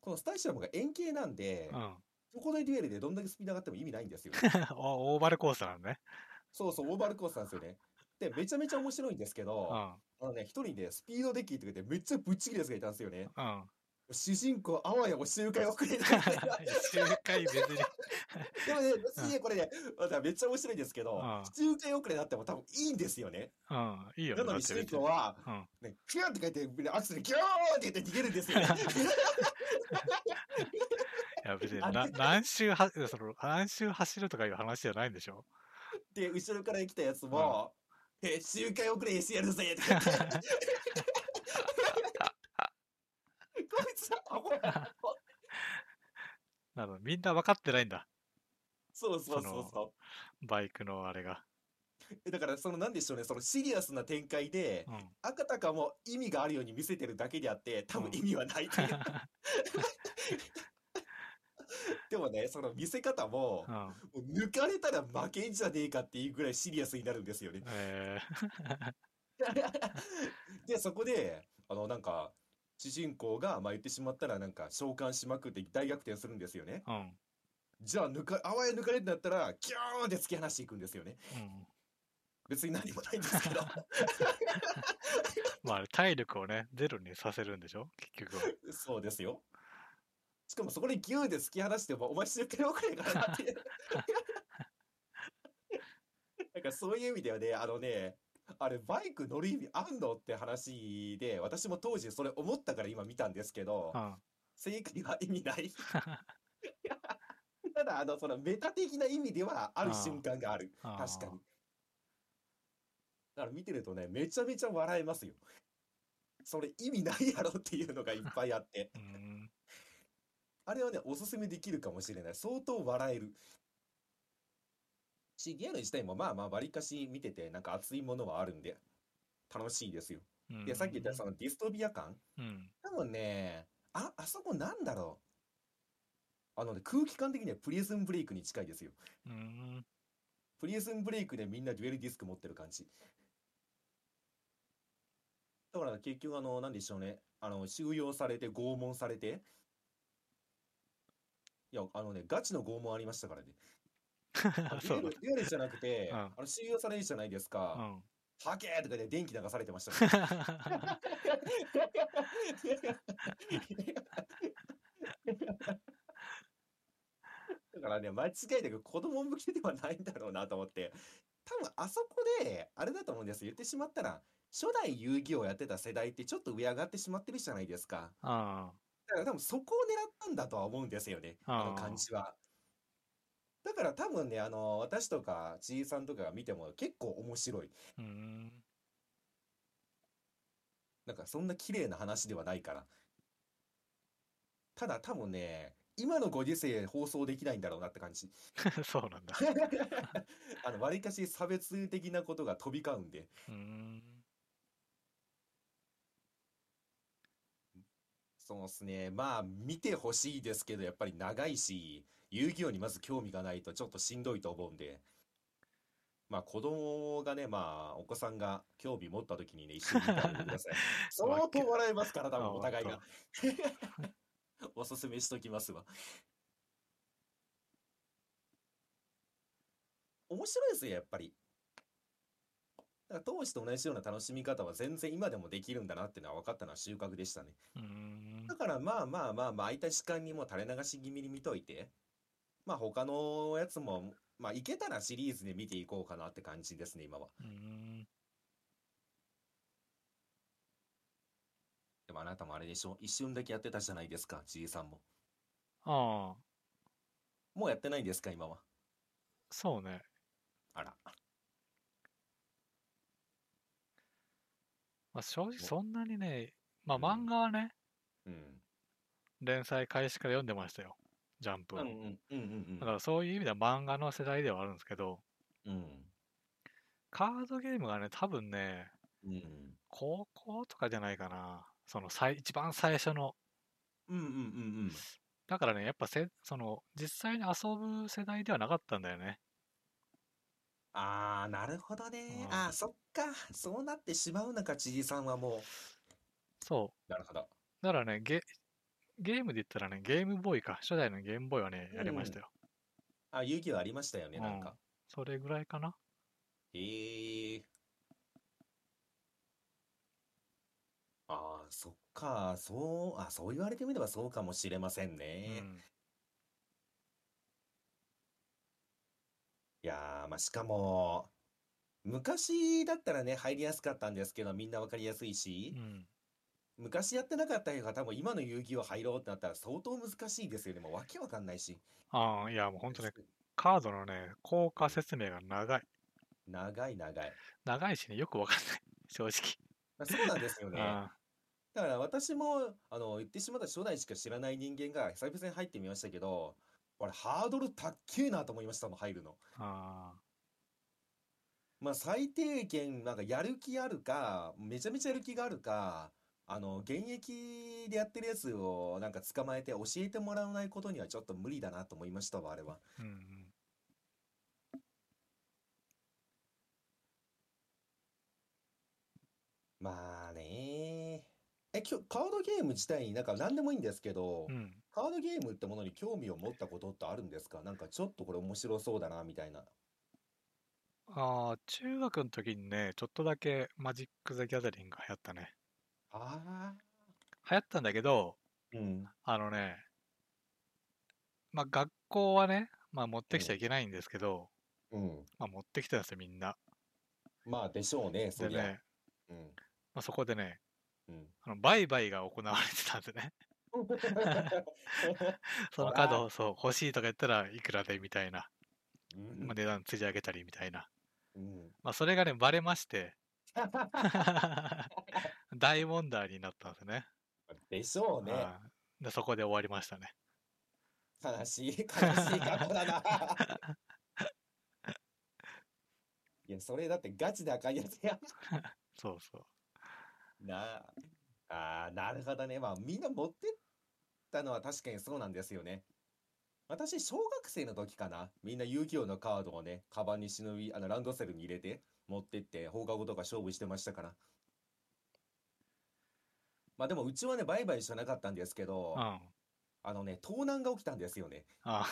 このスタジアムが円形なんでう、ん。そこでデュエルでどんだけスピード上がっても意味ないんですよね。 おオーバルコースなのね。そうそう、オーバルコースなんですよね。で、めちゃめちゃ面白いんですけうど、ん。あのね、一人ね、スピードデッキって言ってめっちゃぶっちぎるやつがいたんですよね。うん。 主人公、あわやお周回遅れだ。周回別に。でもね、別にねこれね、まためっちゃ面白いんですけどうん、周回遅れになっても多分いいんですよね。うん、いいよね。なのだっにて主別人に公は、うん、ね、キューンって書いて、アクセルキューンって言って逃げるんで すよね。いや別にな何周はその何周走るとかいう話じゃないんでしょで、後ろから来たやつも、え、周回遅れにしてやるぜっ て言って。こいつはアホや。なのみんな分かってないんだそうそうそうそそバイクのあれが、うえ。だから、その、なんでしょうね、そのシリアスな展開でう、ん、あかたかも意味があるように見せてるだけであって、多分うん意味はないっていう。で もね、その見せ方も、うん、もう抜かれたら負けんじゃねえかっていうぐらいシリアスになるんですよね。え で、そこで、あの、なんか、主人公が、まあ、言ってしまったら、なんか、召喚しまくって大逆転するんですよね。ー、うんじゃあ、抜か、あわや抜かれるんだったら、キューンって突き放していくんですよね。うん別に何もないんですけど。まああれ体力をねゼロにさせるんでしょ結局はそうですよ。しかもそこでギューで突き放しても、お前周回遅れやからなって。 なんかそういう意味ではね、あのね、あれバイク乗る意味あんのって話で、私も当時それ思ったから今見たんですけど、うん正解は意味ない。ただ、あの、そのメタ的な意味ではある瞬間がある。あー 確かに。だから見てるとね、めちゃめちゃ笑えますよ。それ意味ないやろっていうのがいっぱいあ って。うんあれはね、おすすめできるかもしれない。相当笑える。し、リアル自体もまあまあ、わりかし見てて、なんか熱いものはあるんで、楽しいですよ。うんで、さっき言ったそのディストピア感うん多分ね、あ、あそこなんだろう。あのね、空気感的にはプリズンブレイクに近いですよ。うんプリズンブレイクでみんなデュエルディスク持ってる感じ。だから結局あの、なんでしょうね。あの、収容されて、拷問されて。いや、あのね、ガチの拷問ありましたからね。あデュそエうだル、デュエルじゃなくて、うんあの、収容されるじゃないですうか。ん はけーとかで電気流されてましたね だからね、間違いなく子供向けではないんだろうなと思って。多分あそこで、あれだと思うんですよ。言ってしまったら、初代遊戯王やってた世代ってちょっと上上がってしまってるじゃないですか。あだから多分そこを狙ったんだとは思うんですよね。あのあー感じは。だから多分ね、あの、私とかじいさんとかが見ても結構面白い。ーうん なんかそんな綺麗な話ではないから。ただ多分ね、今のご時世放送できないんだろうなって感じ。そうなんだあの、わりかし差別的なことが飛び交うんで。うんそうですね。まあ、見てほしいですけど、やっぱり長いし、遊戯王にまず興味がないとちょっとしんどいと思うんで。まあ、子供がね、まあ、お子さんが興味持った時にね、一緒に見てあげてくだ さい。相当笑えますから、多分あお互い が本。おすすめしときますわ。面白いですよ、やっぱり。だから当時と同じような楽しみ方は全然今でもできるんだなっていうのは分かったのは収穫でしたね。うんだからまあまあまあまあ空いた時間にもう垂れ流し気味に見といて、まあ他のやつも、まあいけたらシリーズで見ていこうかなって感じですね、今は。うんでもあなたもあれでしょ一瞬だけやってたじゃないですか、じいさんも。ああもうやってないんですか、今は。そうねあら。まあ正直そんなにねまあうん漫画はねうん。連載開始から読んでましたよジャンプうはんうんうんうんだからそういう意味では漫画の世代ではあるんですけどうん。うん。カードゲームがね多分ねうん。高校とかじゃないかなその最一番最初のうんうんうんだからねやっぱせその実際に遊ぶ世代ではなかったんだよねああ、なるほどね。うんああ、そっか。そうなってしまうのか、ちいさんはも。そうなるほど。うだからねゲゲームで言ったらねゲームボーイか初代のゲームボーイはねやりましたよ、あ、遊戯はありましたよね、なんか。それぐらいかなへえ。ああ、そっか、そう、あ、そう言われてみればそうかもしれませんうね。ん。いやー、まあ、しかも、昔だったらね、入りやすかったんですけど、みんなわかりやすいうし、ん。昔やってなかった方も今の遊戯王入ろうってなったら相当難しいですよね。もうわけわかんないし。ああ、いや、もう本当ね、カードのね、効果説明が長い。長い長い。長いしね、よくわかんない。 正直。そうなんですよ ね。あだから私も、あの、言ってしまった初代しか知らない人間が久々に入ってみましたけど、あれ、ハードル高っけえなと思いましたもん、入るの。あまあ、最低限、なんか、やる気あるか、めちゃめちゃやる気があるか、あの、現役でやってるやつを、なんか、捕まえて教えてもらわないことにはちょっと無理だなと思いましたわ、あれは。ー。うんうん。まあねえ、今日、カードゲーム自体になんか、何でもいいんですけどう、ん。カードゲームってものに興味を持ったことってあるんですかなんか、ちょっとこれ面白そうだな、みたいな。ああ、中学の時にね、ちょっとだけマジック・ザ・ギャザリング流行ったね。あ流行ったんだけど、あ、うん、あのね、まあ学校はね、まあ持ってきちゃいけないんですけど、うん。まあ持ってきたんですよ、みんな。まあ、でしょうね、そでりゃ。ね、うん、まあ、そこでね、うん。あの売買が行われてたんでね、 そのカードをそう欲しいとか言ったらいくらでみたいな、うんまあ、値段つり上げたりみたいな、うん。まあ、それがね、バレま して、大問題になったんですね。でしょうね。うんでそこで終わりましたね。 悲しい、悲しい過去だ な。いや、それだってガチで赤いやつや。そうそう。なあ。あーなるほどね。まあ、みんな持ってったのは確かにそうなんですよね。私、小学生の時かな。みんな遊戯王のカードをね、カバンに忍び、あの、ランドセルに入れて、持ってって、放課後とか勝負してましたから。まあ、でも、うちはね、売買しなかったんですけど、うん。ああのね、盗難が起きたんですよね。あ、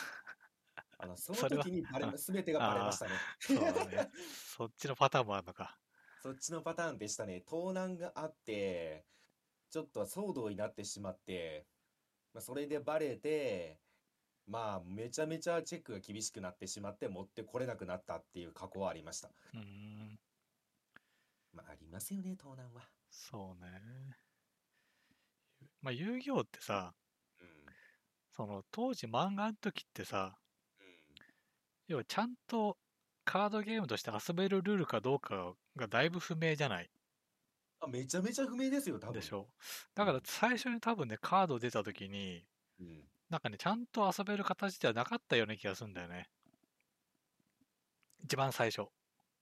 あの、そのそれは時にバレま、うん全てがバレましたね。そうだね。そっちのパターンもあるのか。そっちのパターンでしたね。盗難があって、ちょっと騒動になってしまって、まあ、それでバレて、まあ、めちゃめちゃチェックが厳しくなってしまって、持ってこれなくなったっていう過去はありました。うーん、まあ、ありますよね、盗難は。そうね。まあ、遊戯王ってさ、うん。その当時漫画の時ってさ、要はちゃんとカードゲームとして遊べるルールかどうかがだいぶ不明じゃないあ、めちゃめちゃ不明ですよ、多で分。しょだから最初に多分ねカード出た時にうん。なんかねちゃんと遊べる形ではなかったような気がするんだよね一番最初、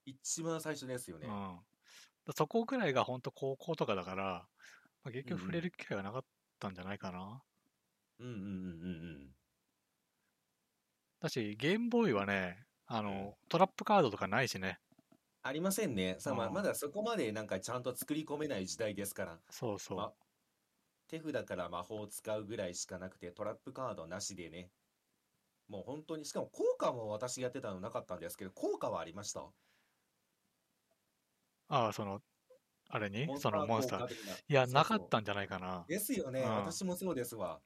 一番最初ですようね。んそこぐらいが本当高校とかだから、まあ、結う局んうん触れる機会がなかったんじゃないかな、うんうんうんうんうん。だしゲームボーイはねあの、トラップカードとかないしねありませんね。さあ、まあ、うんまだそこまでなんかちゃんと作り込めない時代ですから。そうそう、ま手札から魔法を使うぐらいしかなくて、トラップカードなしでね。もう本当に、しかも効果も私やってたのなかったんですけど、効果はありました。ああそのあれにモンスそタのーモ効ンスター果的な。いやそうなかそっうたんじゃないかなですよね。うん私もそうですわ。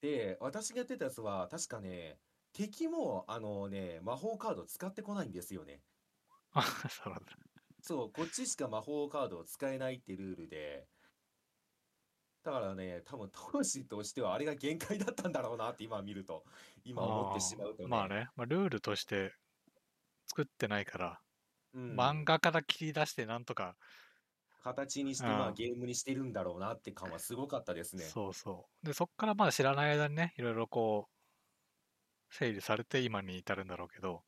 で、私がやってたやつは、確かね、敵も、あのね、魔法カード使ってこないんですよね。あそうなんだそう、こっちしか魔法カードを使えないってルールで、だからね、多分当時としてはあれが限界だったんだろうなって今見ると、今思ってしまうあーとね。まあね、まあ、ルールとして作ってないから、うん漫画から切り出してなんとか、形にして、まあうんゲームにしてるんだろうなって感はすごかったですね。そうそうでそっからまあ知らない間にねいろいろこう整理されて今に至るんだろうけど、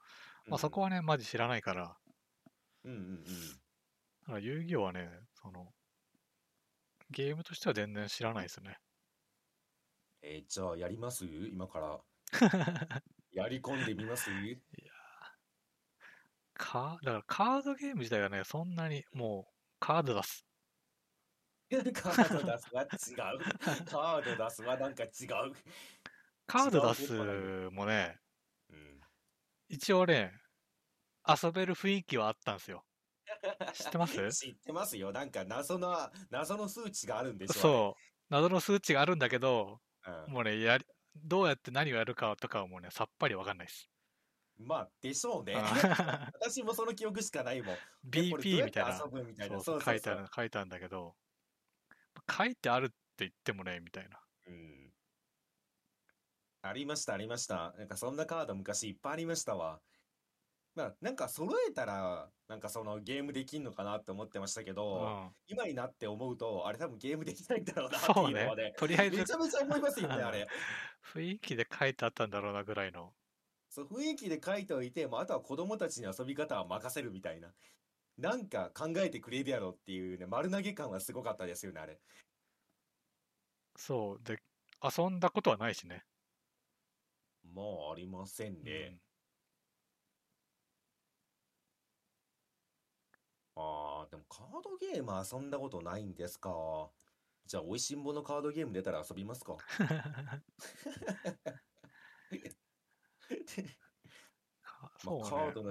まあ、そこは、はねマジ知らないからうんうんうん。だから遊戯王はねそのゲームとしては全然知らないですねえーじゃあやります 今から。やり込んでみますかだからカードゲーム自体がねそんなにもうカード出すカード出すは違う。カード出すはなんか違う。カード出違う方法だすもねうん。一応ね遊べる雰囲気はあったんですよ知って ます知ってますよ。なんか謎の、謎の数値があるんでしょそう。謎の数値があるんだけど、う、うん。もうね、やりどうやって何をやるかとかはもうね、さっぱりわかんないです。まあ、でしょうね。あ 私もその記憶しかない もん。 えこれどう BP やっみてたいな遊。ぶみたいそな。うそう書いてある書いてあるんだけど書いてあるって言ってもねみたいなうんありました、ありました。なんかそんなカード昔いっぱいありましたわ。まあ、なんか揃えたら、なんかそのゲームできんのかなって思ってましたけうど、ん今になって思うと、あれ多分ゲームできないんだろうなってそういうねのはね、とりあえ めずちゃめちゃ思いま すよね、うんあれ。雰囲気で書いてあったんだろうなぐらいのそう、雰囲気で書いておいて、まあ、あとは子供たちに遊び方は任せるみたいな。なんか考えてくれるやろっていうね、丸投げ感はすごかったですよね、あれ。そうで遊んだことはないしね、もうありませんね。ああ、でもカードゲーム遊んだことないんですか。じゃあ、美味しんぼのカードゲーム出たら遊びますか。 うんかまあ、そうねカーカードドの種類ゲ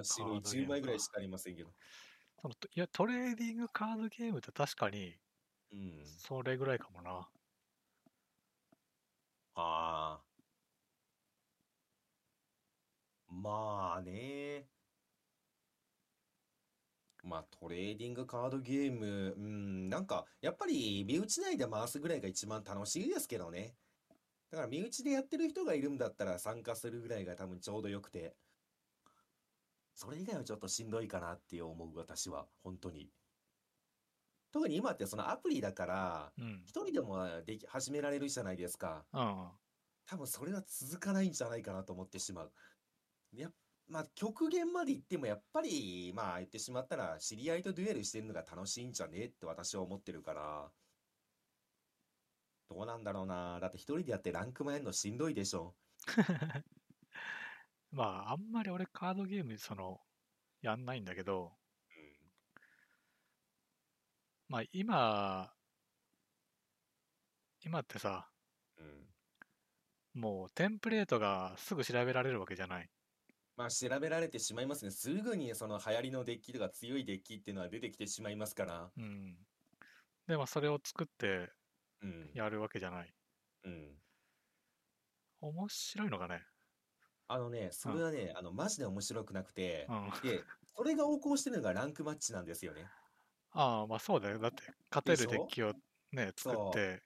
ーム10枚ぐらいかしかありませんけど。そのといやトレーディングカードゲームって確かにうん。それぐらいかもなああ。まあね。まあ、トレーディングカードゲーム、うん、なんか、やっぱり身内内で回すぐらいが一番楽しいですけどね。だから身内でやってる人がいるんだったら参加するぐらいが多分ちょうどよくて。それ以外はちょっとしんどいかなって思う私は、本当に。特に今ってそのアプリだから、うん一人でもでき、始められるじゃないですか。うん多分それは続かないんじゃないかなと思ってしまう。やっまあ、極限まで行ってもやっぱり、まあ言ってしまったら知り合いとデュエルしてるのが楽しいんじゃねって私は思ってるから。どうなんだろうな。だって一人でやってランクもやるのしんどいでしょ。まああんまり俺カードゲームそのやんないんだけどまあ今今ってさうん。うん。もうテンプレートがすぐ調べられるわけじゃない。まあ調べられてしまいますね。すぐにその流行りのデッキとか強いデッキっていうのは出てきてしまいますから。うん。でもそれを作ってうん。やるわけじゃない。うん。面白いのかね。あのね、それはね、あの、マジで面白くなくてう、ん。で、それが横行してるのがランクマッチなんですよね。ああ、まあそうだよ。だって勝てでしるょデッキをね、作って。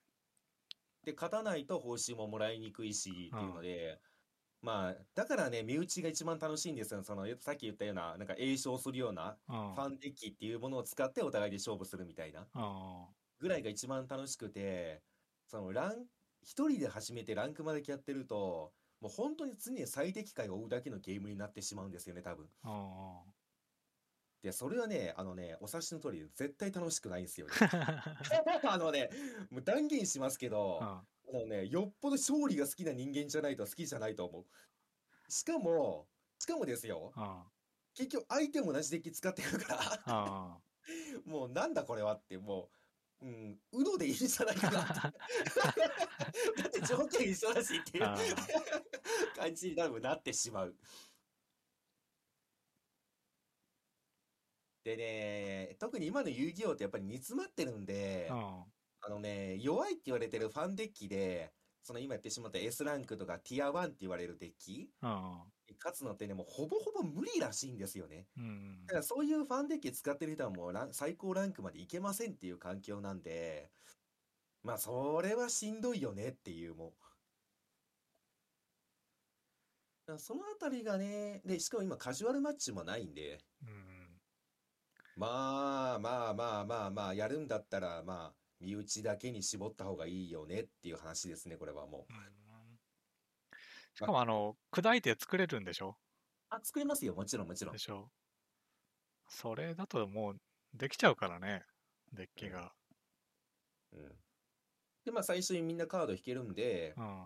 で、勝たないと報酬ももらいにくいし、っていうので、まあ、だからね、身内が一番楽しいんですよ。その、さっき言ったような、なんか、栄称するような、うん。ファンデッキっていうものを使ってお互いで勝負するみたいな、うん。ぐらいが一番楽しくて、その、ラン、一人で始めてランクまでやってると、もう本当に常に最適解を追うだけのゲームになってしまうんですよね、多分。うん。で、それはね、あのね、お察しの通り、絶対楽しくないんで すよね。あのね、もう断言しますけど、あのね、よっぽど勝利が好きな人間じゃないと好きじゃないと思う。しかも、しかもですよ、うん。うん。結局相手も同じデッキ使ってるから、 うん。もうなんだこれはって、もう、うん、うのでいいんじゃないかなって。だって条件一緒だしっていうあ感じに多分なってしまう。でね、特に今の遊戯王ってやっぱり煮詰まってるんで、うん。あのね、弱いって言われてるファンデッキで、その今言ってしまった S ランクとかティア1って言われるデッキうん。に勝つのってね、もうほぼほぼ無理らしいんですよね。うんだからそういうファンデッキ使ってる人はもうラン最高ランクまでいけませんっていう環境なんで、まあそれはしんどいよねっていうもう。だからそのあたりがね、で、しかも今カジュアルマッチもないんで、うん。まあまあまあまあまあ、やるんだったら、まあ、身内だけに絞った方がいいよねっていう話ですね、これはもうう。んしかもあの、砕いて作れるんでしょあ、作れますよ、もちろんもちろんで。しょそれだともうできちゃうからね、デッキが。うん。で、まあ最初にみんなカード引けるんでう、ん。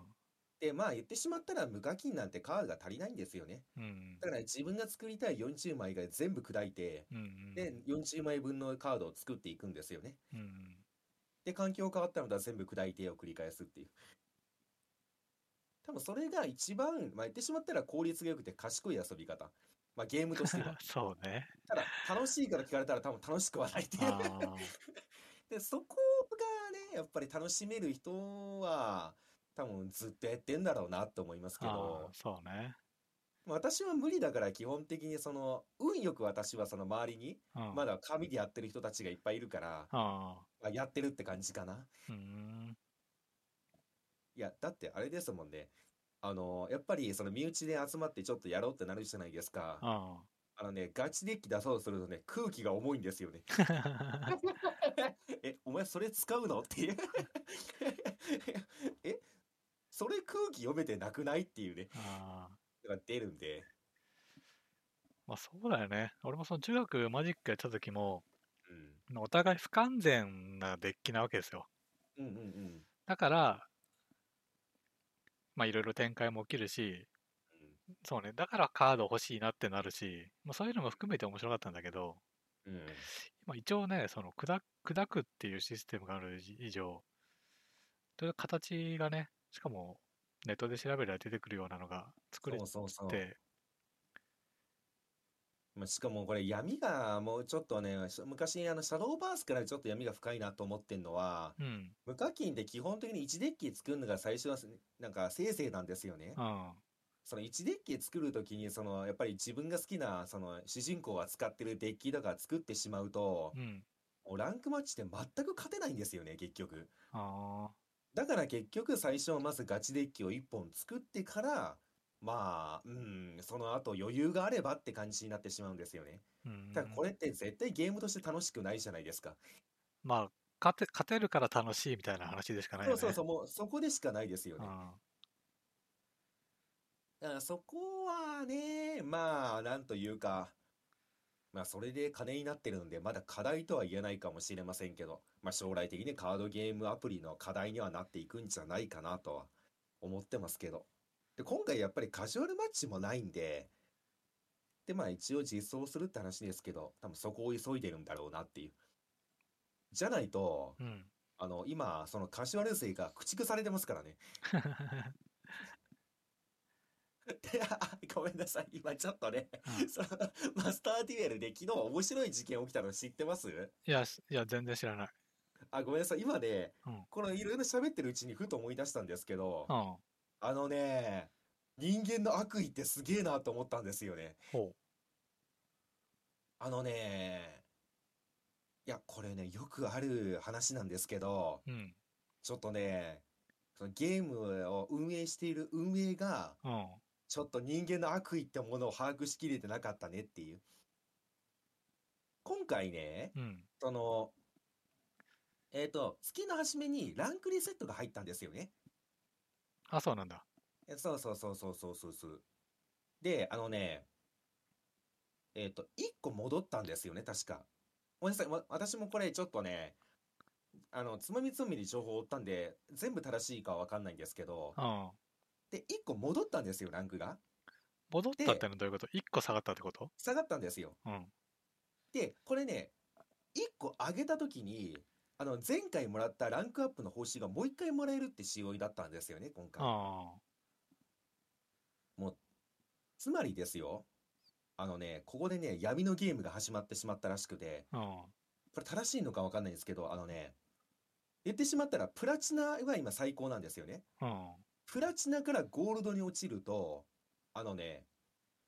で、まあ言ってしまったら無課金なんてカードが足りないんですよね。うん。だから自分が作りたい40枚が全部砕いて、うんうんで、40枚分のカードを作っていくんですよね。うん。で、環境変わったのだ全部砕いてを繰り返すっていう。多分それが一番、まあ、言ってしまったら効率が良くて賢い遊び方。まあゲームとしてはそうね。ただ、楽しいから聞かれたら多分楽しくはないっていうあ。ーで、そこがね、やっぱり楽しめる人は、多分ずっとやってんだろうなって思いますけあどー、、そうね。私は無理だから基本的にその、運よく私はその周りに、うん、まだ紙でやってる人たちがいっぱいいるから、あまあ、やってるって感じかな。ーうーん。いや、だってあれですもんね。あの、やっぱりその身内で集まってちょっとやろうってなるじゃないですか。ああのね、ガチデッキ出そうとするとね、空気が重いんですよね。ーえ、お前それ使うの っていうえ、それ空気読めてなくないっていうね、あー。のが出るんで。まあそうだよね。俺もその中学マジックやった時も、うん。お互い不完全なデッキなわけですよ。うんうんうん。だから、まあいろいろ展開も起きるし、そうね、だからカード欲しいなってなるし、まあ、そういうのも含めて面白かったんだけど、うん。うん。まあ、一応ね、その砕砕くっていうシステムがある以上、という形がね、しかもネットで調べれば出てくるようなのが作れて、そうそうそう。まあ、しかもこれ闇がもうちょっとね、し昔あのシャドーバースからちょっと闇が深いなと思ってんのは、うん、無課金で基本的に1デッキ作るのが最初はすなんかせいぜいなんですよね。うん、その1デッキ作るときにそのやっぱり自分が好きなその主人公が使ってるデッキとか作ってしまうとう、ん、もうランクマッチって全く勝てないんですよね、結局。あだから結局最初はまずガチデッキを1本作ってから、まあ、うん、その後余裕があればって感じになってしまうんですよね。ーうんただこれって絶対ゲームとして楽しくないじゃないですか。まあ勝て、勝てるから楽しいみたいな話でしかないそようね。そうそう、もうそこでしかないですようね。んだからそこはね、まあ、なんというか、まあ、それで金になってるので、まだ課題とは言えないかもしれませんけど、まあ、将来的にカードゲームアプリの課題にはなっていくんじゃないかなとは思ってますけど。で、今回やっぱりカジュアルマッチもないんで、で、まあ一応実装するって話ですけど、多分そこを急いでるんだろうなっていう。じゃないと、うん、 あの、今、そのカジュアル勢が駆逐されてますからね。 あごめんなさい。今ちょっとね、うんそのマスターデュエルで昨日面白い事件起きたの知ってますいや、しいや、全然知らない。あ、ごめんなさい。今ねうん、このいろいろ喋ってるうちにふと思い出したんですけどう、ん、あのね、人間の悪意ってすげえなと思ったんですよね。ほあのね、いや、これね、よくある話なんですけど、う、うん、ちょっとね、そのゲームを運営している運営が、うん、ちょっと人間の悪意ってものを把握しきれてなかったねっていう。今回ね、うん、その、えっと、月の初めにランクリセットが入ったんですよね。あ、そうなんだ。えそうそうそうそうそうそうそう。で、あのね、えっと、1個戻ったんですよね、確か。ごめんなさい、わ私もこれちょっとね、あの、つまみつまみに情報を追ったんで、全部正しいかはわかんないんですけど、うん、で、1個戻ったんですよ、ランクが。戻ったってのはどういうこと ?1 個下がったってこと下がったんですよ。うん、で、これね、1個上げたときに、あの、前回もらったランクアップの報酬がもう1回もらえるって仕様だったんですよね、今回。あもう、つまりですよ、あのね、ここでね、闇のゲームが始まってしまったらしくて、あ、うん、これ正しいのかわかんないんですけど、あのね、言ってしまったら、プラチナが今最高なんですよね。うん、プラチナからゴールドに落ちると、あのね、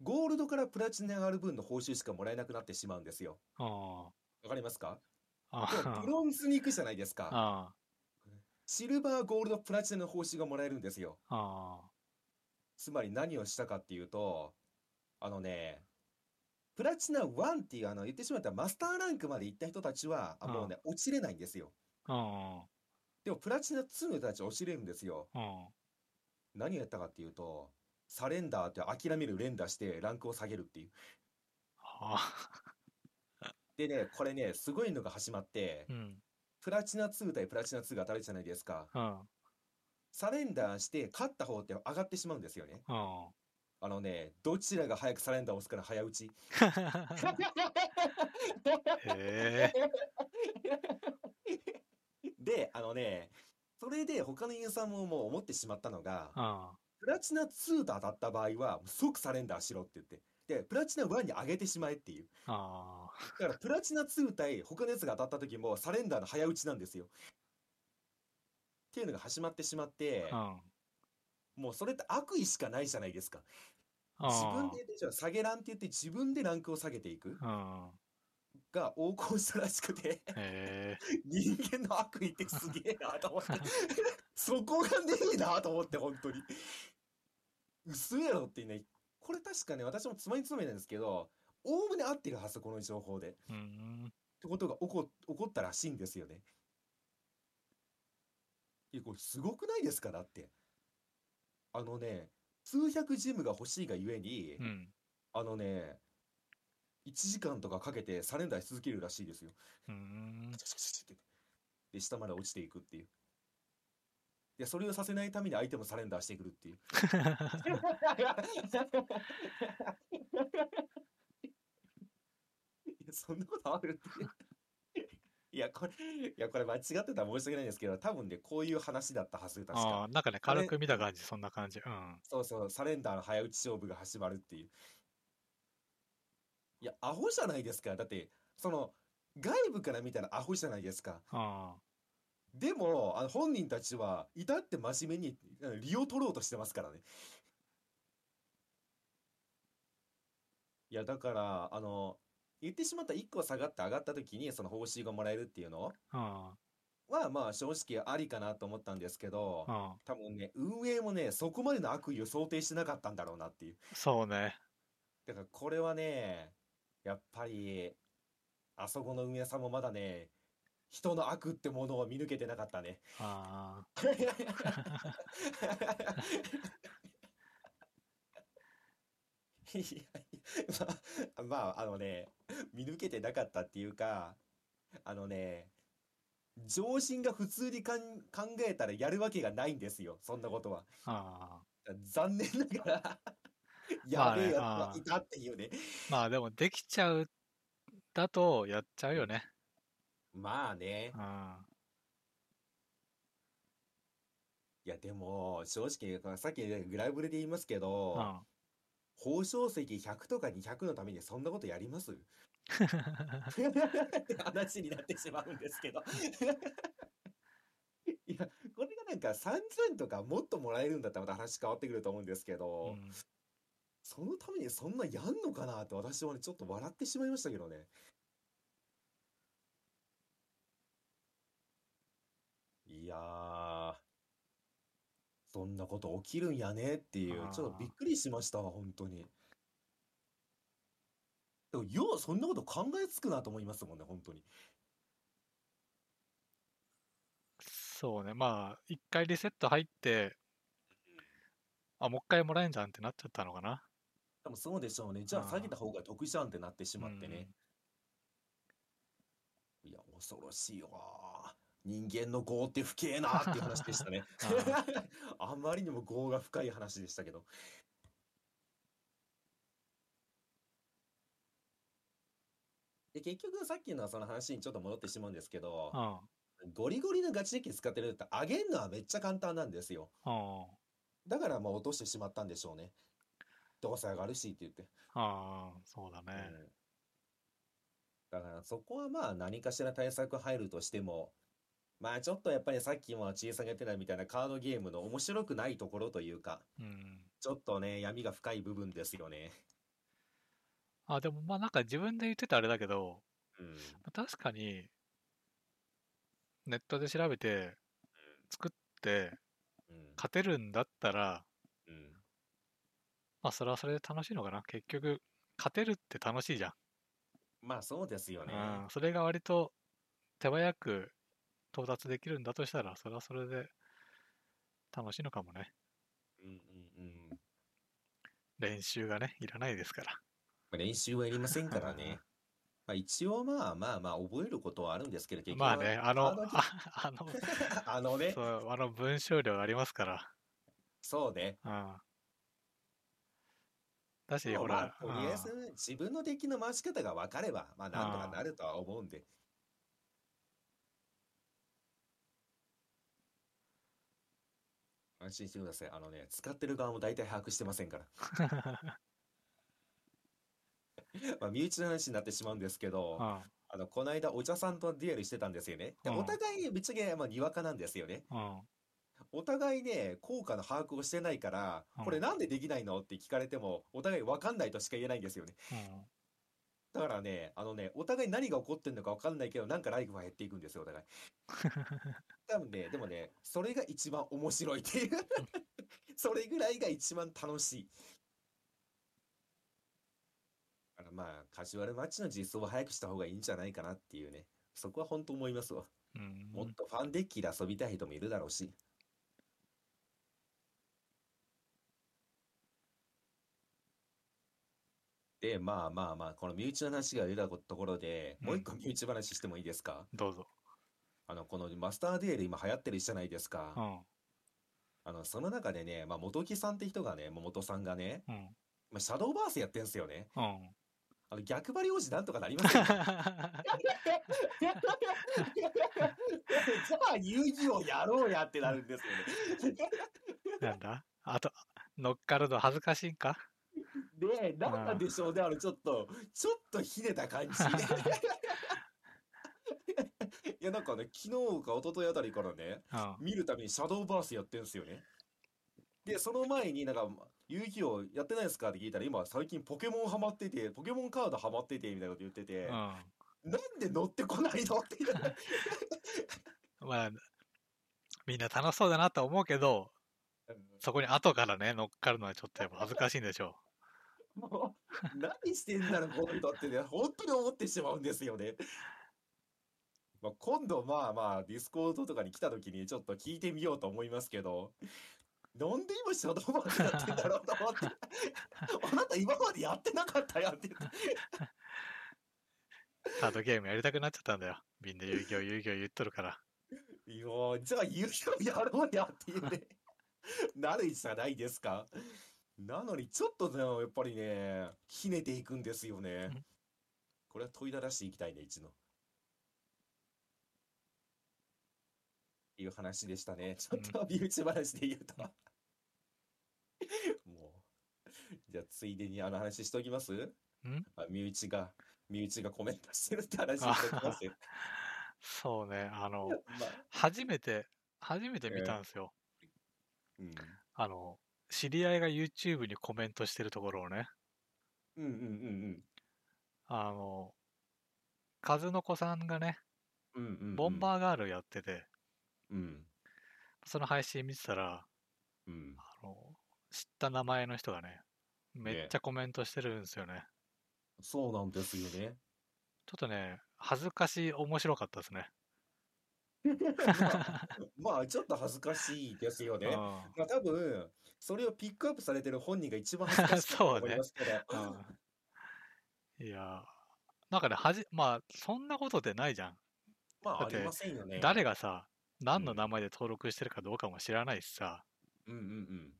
ゴールドからプラチナがある分の報酬しかもらえなくなってしまうんですよ。うん、わかりますかあでもブロンズに行くじゃないですか。あ、シルバー、ゴールド、プラチナの報酬がもらえるんですよ。あつまり何をしたかっていうと、あのね、プラチナ1っていう、あの、言ってしまったらマスターランクまで行った人たちは、あうんもうね、落ちれないんですよ。あ、うん、でも、プラチナ2の人たちは落ちれるんですよ。うん、何をやったかっていうと、サレンダーって諦める連打してランクを下げるっていう。あ、でね、これね、すごいのが始まってう、ん、プラチナ2対プラチナ2が当たるじゃないですか。うん、サレンダーして勝った方って上がってしまうんですよね。うん。あのね、どちらが早くサレンダーを押すかの早打ち。へえ、で、あのね、それで他のユーザーももう思ってしまったのがう、ん、プラチナ2と当たった場合は、もう即サレンダーしろって言って。って、プラチナ1に上げてしまえっていう。ああ。だからプラチナ2対他のやつが当たった時もサレンダーの早打ちなんですよ。っていうのが始まってしまって、うん。もうそれって悪意しかないじゃないですか。自分あでじゃあ下げランって言って自分でランクを下げていくあ。 うん。が横行したらしくて、へえ。人間の悪意ってすげえなと思って、そこがねえなと思って、本当に。嘘やろってね、これ確かね、私もつまみつまみなんですけど、おおむね合ってるはず、この情報で。うん。ってことが起こ起こったらしいんですよね。いやこれすごくないですかだって。あのね数百ジムが欲しいがゆえに、うん。あのね1時間とかかけてサレンダーし続けるらしいですよ。うん。で下まで落ちていくっていう。でそれをさせないために相手もサレンダーしてくるっていう。いや、そんなことあるって。いや、これ、いや、これ間違ってたら申し訳ないんですけど、多分ね、こういう話だったはず、確あか。あ、なんかね、あれ軽く見た感じ、そんな感じ。うん。そうそう、サレンダーの早打ち勝負が始まるっていう。いや、アホじゃないですか。だって、その、外部から見たらアホじゃないですか。あでも、あの本人たちは、至って真面目に、あの利を取ろうとしてますからね。いや、だから、あの、言ってしまった1個下がって上がった時に、その報酬がもらえるっていうのあ。あは、まあ、正直ありかなと思ったんですけどあ。、うん。多分ね、運営もね、そこまでの悪意を想定してなかったんだろうなっていう。そうね。だから、これはね、やっぱり、あそこの運営さんもまだね、人の悪ってものを見抜けてなかったね。あいやいや、まあ、まあ、あのね、見抜けてなかったっていうか、あのね、常人が普通にかん考えたらやるわけがないんですよ、そんなことは。あ。ああ。残念ながら、まやあべねえやつあがあいたっていうね。まあでも、できちゃう、だと、やっちゃうよね。まあねう。ん。いや、でも、正直、さっきねグラブレで言いますけうど、ん。報奨石100とか200のためにそんなことやりますって 話になってしまうんですけど。 いや、これがなんか30とかもっともらえるんだったらまた話変わってくると思うんですけうど、んそのためにそんなやんのかなって私はね、ちょっと笑ってしまいましたけどね。いやー、そんなこと起きるんやねっていうあ、ーちょっとびっくりしましたわ、本当に。でも、ようそんなこと考えつくなと思いますもんね、本当に。そうね。まあ、一回リセット入って、あ、もう一回もらえんじゃんってなっちゃったのかな。多分そうでしょうね。じゃああー下げた方が得じゃんってなってしまってうねん。いや、恐ろしいわー。人間の業って深えなーっていう話でしたねあ。 あまりにも業が深い話でしたけど。で、結局さっきのその話にちょっと戻ってしまうんですけどう、ん。ゴリゴリのガチデッキ使ってると上げるのはめっちゃ簡単なんですよ。うん。だからまあ落としてしまったんでしょうね。どうせ上がるしって言って。ああ、そうだね。うんだからそこはまあ何かしら対策入るとしても、まあちょっとやっぱりさっきも小さんが言ってたみたいなカードゲームの面白くないところというか、うん。ちょっとね、闇が深い部分ですよね。あ、でもまあなんか自分で言ってたあれだけど、うん。確かに、ネットで調べて、作って、うん。勝てるんだったら、うん。まあそれはそれで楽しいのかな。結局、勝てるって楽しいじゃん。まあそうですよね。うん。それが割と手早く到達できるんだとしたら、それはそれで楽しいのかもね。うんうんうん。ま練習がね、いらないですから。あ練習はいりませんからね。まあ一応まあまあまあ覚えることはあるんですけど、結局まあはね、あの、カードゲああ の、ームあのねそ、う、あの文章量がありますから。そうね。うん。だし、でもほまあら、とりあえずうん自分のデッキの回し方が分かれば、まあなんとかなるとは思うんで。安 心してください。あのね、使ってる側も大体把握してませんから。まあ、身内の話になってしまうんですけど、うんあの、この間お茶さんとデュエルしてたんですよね。で、うんお互いぶっちゃけ、まあ、にわかなんですよね。うんお互いね、効果の把握をしてないからうん、これなんでできないのって聞かれても、お互いわかんないとしか言えないんですよね。うんだからね、あのね、お互い何が起こってんのかわかんないけど、なんかライフは減っていくんですよ、お互い。多分ね、でもね、それが一番面白いっていう。 それぐらいが一番楽しい。だからまあ、カジュアルマッチの実装は早くした方がいいんじゃないかなっていうね。そこは本当思いますわ。うんもっとファンデッキで遊びたい人もいるだろうし。で、まあまあまあ、この身内の話が出たところで、うんもう一個身内話してもいいですかどうぞ。あの、このマスターデュエル今流行ってるじゃないですかう。んあの、その中でね、まあ、元木さんって人がね、元さんがね、うんまあ、シャドーバースやってんすよね。うんあの、逆張り王子なんとかなりま せんかじゃあ、遊戯王やろうやってなるんですよね。なんだあと乗っかるの恥ずかしいんかで、なんなんでしょうね、あの、ちょっと、ちょっとひねた感じ。いや、なんかね、昨日か一昨日あたりからね、うん見るためにシャドーバースやってんすよね。で、その前になんか、遊戯王やってないですかって聞いたら、今最近ポケモンハマってて、ポケモンカードハマってて、みたいなこと言ってて、うんなんで乗ってこないのって言ったらまあみんな楽しそうだなとは思うけどそこに後からね乗っかるのはちょっとやっぱ恥ずかしいんでしょもう、何してんだろ、この人ってね、本当に思ってしまうんですよね。まあ、今度、まあまあ、ディスコードとかに来た時にちょっと聞いてみようと思いますけど、なんで今シャドーバースやってんだろうと思って、 あなた今までやってなかったやんって言って。うカードゲームやりたくなっちゃったんだよみんな遊戯王遊戯王言っとるからいやーじゃあ優勝やろうやっていうね、 なるじゃないですか。なのに、ちょっとね、やっぱりね、ひねていくんですよねうん。これは問いだらしていきたいね、一の。っていう話でしたね。ちょっと身内話で言うと。 もう。じゃあ、ついでにあの話しておきますあ身内が、身内がコメントしてるって話しておきますそうねあのまあ初めて初めて見たんですよ、うんあの知り合いが YouTube にコメントしてるところをねうんうんうんあの数の子さんがねうん。うんうんうんボンバーガールやってて、うん。その配信見てたらうん。あの知った名前の人がねめっちゃコメントしてるんですよねそうなんですよ ね。ちょっとね恥ずかしい面白かったですねまあ、ちょっと恥ずかしいですよね。うまあ、多分、それをピックアップされてる本人が一番恥ずかしいとそうね思いますから。んうんいやなんかねはじまあそんなことってないじゃん、まあ、だっあてりませんよね。誰がさ何のうん名前で登録してるかどうかも知らないしさうんうん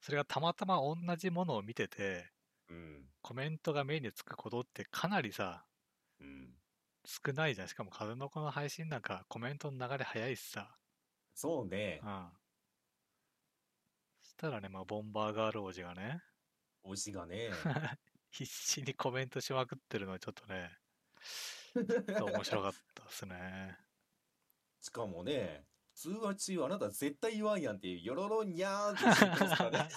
それがたまたま同じものを見ててうん。うん。コメントが目につくことってかなりさうん。少ないじゃんしかも風の子の配信なんかコメントの流れ早いしさそうねう。んそしたらね、まあ、ボンバーガール王子がね、 推しがね。必死にコメントしまくってるのはちょっとね、ちょっと面白かったです ね。しかもね、通話中あなた絶対言わんやんっていう、よろろにゃーんって言ってますか らね。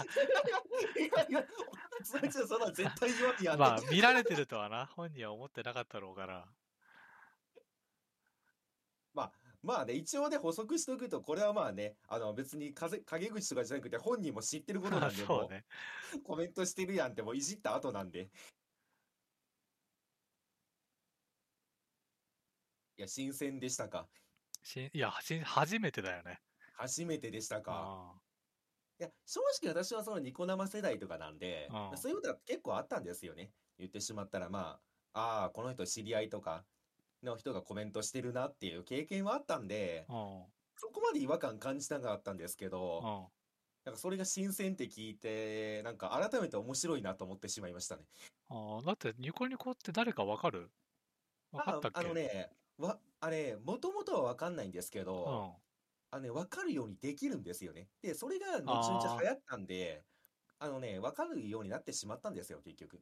いやいや、通話中そんな絶対言わんやんって。まあ、見られてるとはな、本人は思ってなかったろうから。まあ、まあね、一応ね、補足しておくと、これはまあね、あの別に風陰口とかじゃなくて、本人も知ってることなんで、 そもうね。うコメントしてるやんって、もういじった後なんで。いや、新鮮でしたかしいや、はじ初めてだよね。初めてでしたかあいや、正直私はそのニコ生世代とかなんでう、んそういうことは結構あったんですよね。言ってしまったら、まあ、ああ、この人知り合いとかの人がコメントしてるなっていう経験はあったんで、あうん。そこまで違和感感じなかったんですけど、うん。なんかそれが新鮮って聞いて、なんか改めて面白いなと思ってしまいましたね。ああだって、ニコニコって誰かわかるわかったっあ、あけ、のね、わ、あれ、もともとはわかんないんですけうど、ん。あのね、わかるようにできるんですよね。で、それが後々あー流行ったんで、あのね、わかるようになってしまったんですよ、結局。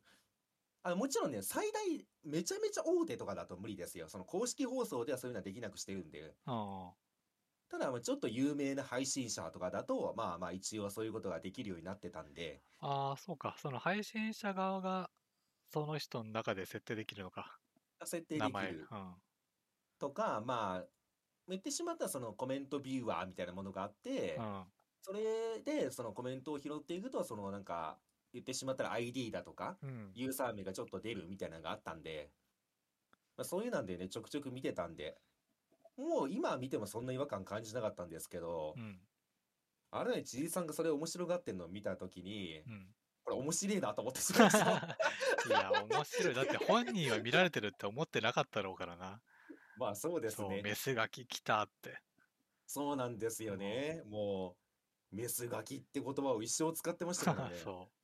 あのもちろんね、最大、めちゃめちゃ大手とかだと無理ですよ。その公式放送ではそういうのはできなくしてるんで。うん。ただ、まあちょっと有名な配信者とかだと、まあまあ一応そういうことができるようになってたんで、ああ、そうか。その配信者側がその人の中で設定できるのか。設定で名き前。るうん。とか、まあ、言ってしまったらそのコメントビューワーみたいなものがあってう、ん。それでそのコメントを拾っていくと、そのなんか、言ってしまったら ID だとか、うん。ユーザー名がちょっと出るみたいなのがあったんで、まあ、そういうなんでね、ちょくちょく見てたんで、もう今見てもそんな違和感感じなかったんですけどう、ん。あれね、じいさんがそれ面白がってんのを見たときに、うん。 これ面白いなと思ってしまいま した。いや、面白い。だって本人は見られてるって思ってなかったろうからな。まあそうですそう、ね。メスガキ来たって。。そうなんですよね。もう、メスガキって言葉を一生使ってましたからね そう。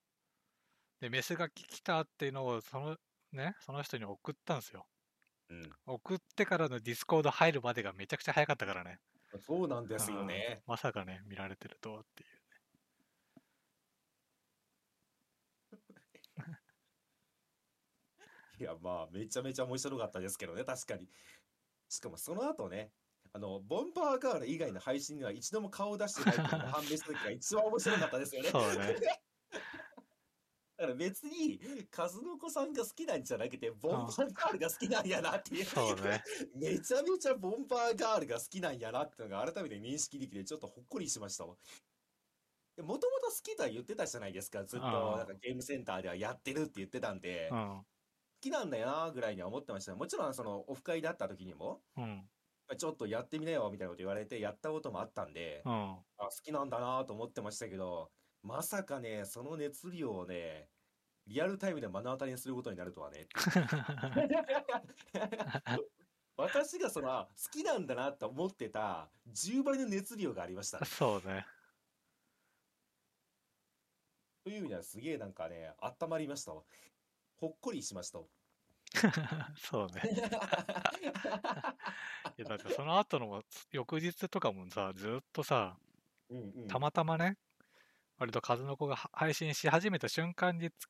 で、メスガキ来たっていうのを、その、ね、その人に送ったんですよ。うん送ってからのディスコード入るまでがめちゃくちゃ早かったからね。そうなんですよね。まさかね、見られてるとはっていう。いや、まあ、めちゃめちゃ面白かったですけどね、確かに。しかもその後ね、あの、ボンバーガール以外の配信には一度も顔を出してないっていうのが判明した時が一番面白かったですよね。そうね。だから別に、カズノコさんが好きなんじゃなくて、ボンバーガールが好きなんやなっていう、そう ね。めちゃめちゃボンバーガールが好きなんやなっていうのが改めて認識できて、ちょっとほっこりしましたわ。もともと好きとは言ってたじゃないですか、ずっと、ああなんかゲームセンターではやってるって言ってたんで、う好ん。きなんだよなぐらいには思ってました。もちろん、その、オフ会で会った時にも、うん。ちょっとやってみなよみたいなこと言われて、やったこともあったんで、うん。あ、好きなんだなと思ってましたけど、まさかね、その熱量をね、リアルタイムで目の当たりにすることになると はね。私がその、あ好きなんだなって思ってた10倍の熱量がありました ね。そうね。という意味ではすげえなんかね、温まりましたわ。ほっこりしましたわ。そうね。いやだってその後のも翌日とかもさ、ずっとさ、うんうん。たまたまね、割と数の子がは配信し始めた瞬間につ、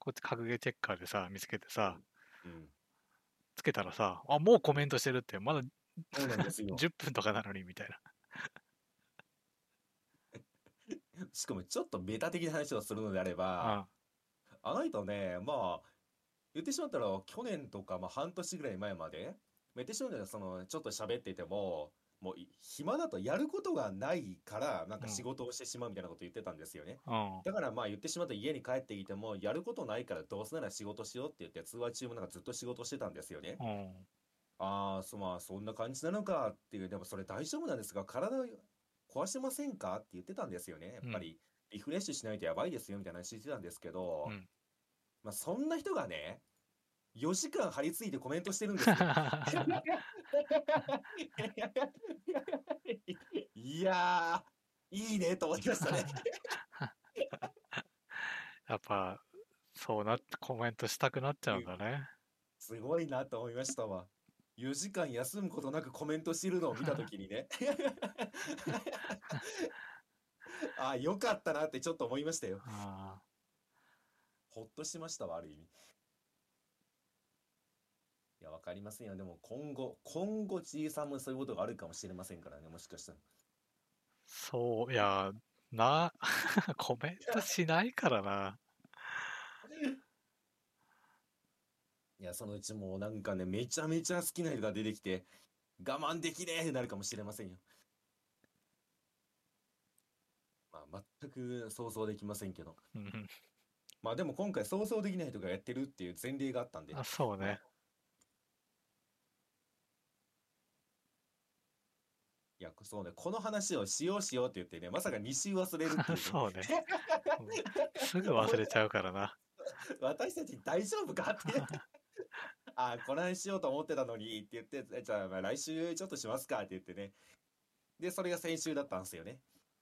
こっち格ゲーチェッカーでさ、見つけてさ、うんつけたらさ、あ、もうコメントしてるって、まだそうなんです よ。 10分とかなのにみたいな。しかもちょっとベタ的な話をするのであれば、ああの人ね、まあ、言ってしまったら、去年とか、まあ、半年ぐらい前まで、まあ言ってしまったら、その、ちょっと喋ってても、もう、い暇だとやることがないから、なんかうん仕事をしてしまうみたいなこと言ってたんですよね。うん。だから、まあ、言ってしまったら家に帰ってきても、やることないから、どうせなら仕事しようって言って、通話中もなんかずっと仕事してたんですよね。うん。 ああ、そ、まあ、そんな感じなのかっていう、でもそれ大丈夫なんですが、体を壊してませんかって言ってたんですよね。やっぱり、リフレッシュしないとやばいですよみたいな話してたんですけど、うんまあ、そんな人がね、4時間張り付いてコメントしてる んですよ。いやー、いいねと思いましたね。やっぱ、そうなってコメントしたくなっちゃうんだね。すごいなと思いましたわ。4時間休むことなくコメントしてるのを見たときにね。あよかったなってちょっと思いましたよ。あほっとしましたわ、ある意味。いや、わかりませんよ。でも今後、今後、じいさんもそういうことがあるかもしれませんからね、もしかしたら。そう、いや、な、 コメントしないからな。いや、そのうちもうなんかね、めちゃめちゃ好きな人が出てきて、我慢できねえってなるかもしれませんよ。まあ、全く想像できませんけど。うん。まあでも今回想像できない人がやってるっていう前例があったんで、あ、そうね。いや、そうね、この話をしようしようって言ってね、まさか2週忘れるってい うね、そうね。 うんすぐ忘れちゃうからな。私たち大丈夫か って。あこの話しようと思ってたのにって言って、えじゃあまあ来週ちょっとしますかって言ってね。で、それが先週だったんですよね。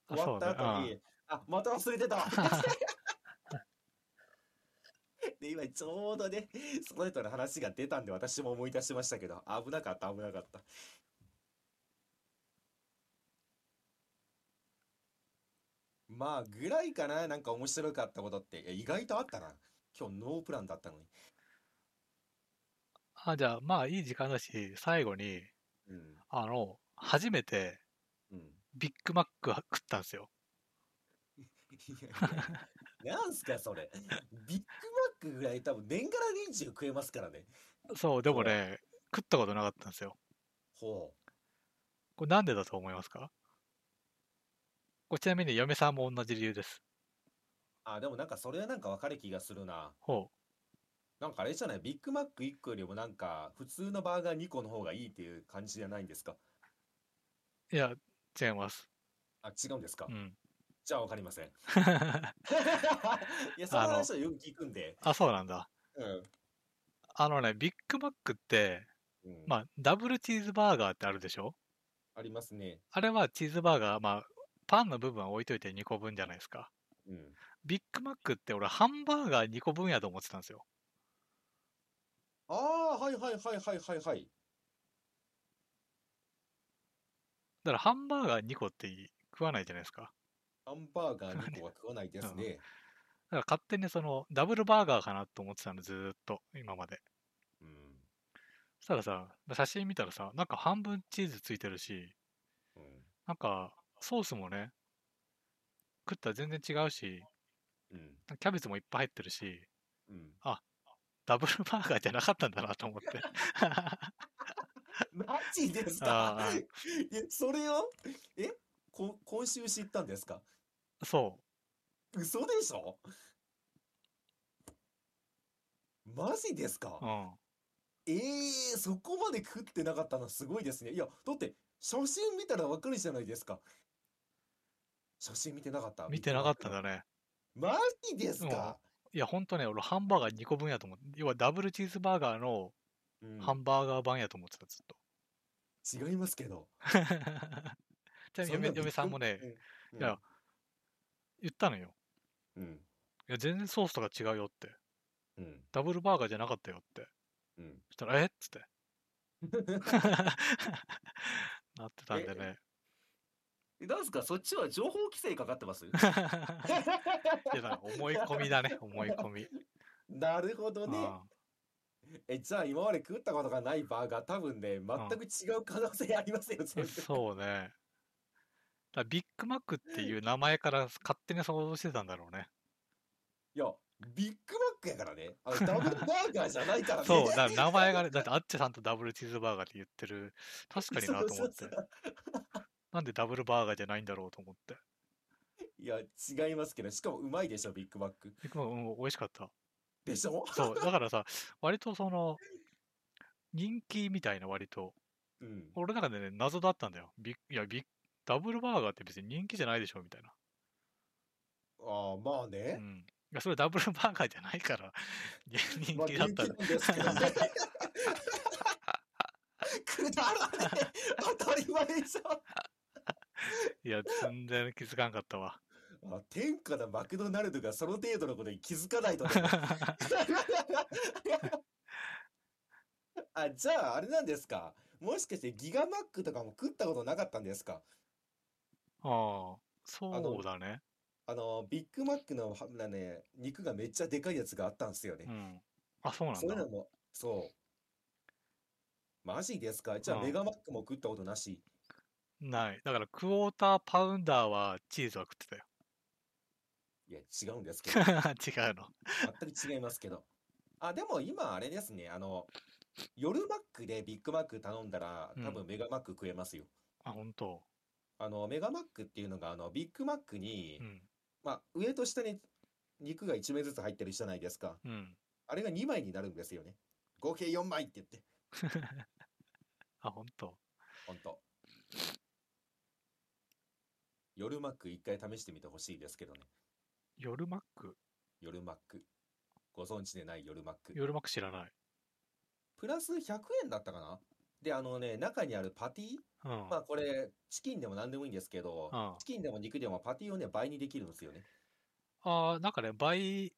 あ終わった後そうに、ね。あ、また忘れてたうで、今ちょうどね、その人の話が出たんで私も思い出しましたけど、危なかった、危なかった。まあ、ぐらいかな、なんか面白かったことって、いや意外とあったな。今日ノープランだったのに。 あ、じゃあ、まあいい時間だし、最後に、うん。あの、初めてうん。ビッグマックは食ったんですよ。いやいやなんすかそれ。ビッグマックぐらい多分年がら年中食えますからね。そう、でもほうね、食ったことなかったんですよ。ほこれなんでだと思いますかこれちなみに嫁さんも同じ理由です。う。あ、でもなんかそれはなんか分かる気がするな。ほなんかあれじゃない、ビッグマック1個よりもなんか普通のバーガー2個の方がいいっていう感じじゃないんですかう。いや、違います。あ、違うんですかうん。 じゃあ分かりません。いや、そのあの話はよく聞くんで。あ、そうなんだ。うん。あのね、ビッグマックって、うんまあ、ダブルチーズバーガーってあるでしょありますね。あれはチーズバーガー、まあ、パンの部分は置いといて2個分じゃないですか。うん。ビッグマックって俺、ハンバーガー2個分やと思ってたんですよ。ああ、はいはいはいはいはいはい。だからハンバーガー2個って食わないじゃないですか。ハンバーガー2個は食わないですだね。から勝手にその、ダブルバーガーかなと思ってたの、ずーっと、今まで。うん。そしたらさ、写真見たらさ、なんか半分チーズついてるし、うん。なんか、ソースもね、食ったら全然違うし、うん。キャベツもいっぱい入ってるし、うん。ダブルバーガーじゃなかったんだなと思って。マジですかああえ、それをえこ、今週知ったんですか そ嘘でしょマジですかう。うん。えー、そこまで食ってなかったのすごいですね。いや、だって、写真見たらわかるじゃないですか。写真見てなかった見てなかったんだ。ね。マジですかいや、ほんとね、俺、ハンバーガー2個分やと思って、要はダブルチーズバーガーのうんハンバーガー版やと思ってた、ずっ と。違いますけど。ちなみにそんな嫁嫁さんもね、、うんいや、言ったのよ。うん、いや、全然ソースとか違うよって。うん、ダブルバーガーじゃなかったよって。 うん。そしたら、えっつって。 なってたんでね。なんすかそっちは情報規制かかってま すいや、だから思い込みだね、思い込 み。 なるほどね。あえ、じゃあ今まで食ったことがないバーガー、多分ね、全く違う可能性ありますよ、あ全 部。そうね。だからビッグマックっていう名前から勝手に想像してたんだろうね。いや、ビッグマックやからね。あのダブルバーガーじゃないから ね。そう、だから名前がね、だってあっちさんとダブルチーズバーガーって言ってる、確かになと思ってそうそ。うなんでダブルバーガーじゃないんだろうと思って。いや、違いますけど、しかもうまいでしょ、ビッグマック。ビッグマック、うん、美味しかった。でしょそう、だからさ、割とその、人気みたいな割と、うん。俺の中でね、謎だったんだよ。ビッいや、ビッダブルバーガーって別に人気じゃないでしょ、みたいな。ああ、まあうね。ん。いや、それダブルバーガーじゃないから、いや人まあ、気だったんだ人気なんですけどね。 くだらねえ当たり前でしょいや、全然気づかんかった わ。あ天下のマクドナルドがその程度のことに気づかないとね。 あ、じゃあ、あれなんですか。もしかしてギガマックとかも食ったことなかったんですか。ああ、そうだね。あの、ビッグマックのは、なね、肉がめっちゃでかいやつがあったんですようね。ん。あ、そうなんそういうだの。も、そう。マジですか。じゃあ、うんメガマックも食ったことなし。ない。だから、クォーターパウンダーはチーズは食ってたよ。 いや、違うんです けど。違うの。全く違いますけど。あ、でも今、あれですね。あの、夜マックでビッグマック頼んだら、うん多分メガマック食えますよ。あ、本当。あの、メガマックっていうのが、あの、ビッグマックにう、ん。まあ、上と下に肉が1枚ずつ入ってるじゃないですか。うん。あれが2枚になるんですよね。合計4枚って言って。あ、本当。ほんと。夜マック一回試してみてほしいですけどね。夜マック夜マック。ご存知でない夜マック。夜マック知らない。プラス100円だったかなで、あのね、中にあるパティうん。まあこれ、チキンでも何でもいいんですけど、うんチキンでも肉でもパティをね、倍にできるんですよね。ああ、なんかね、倍、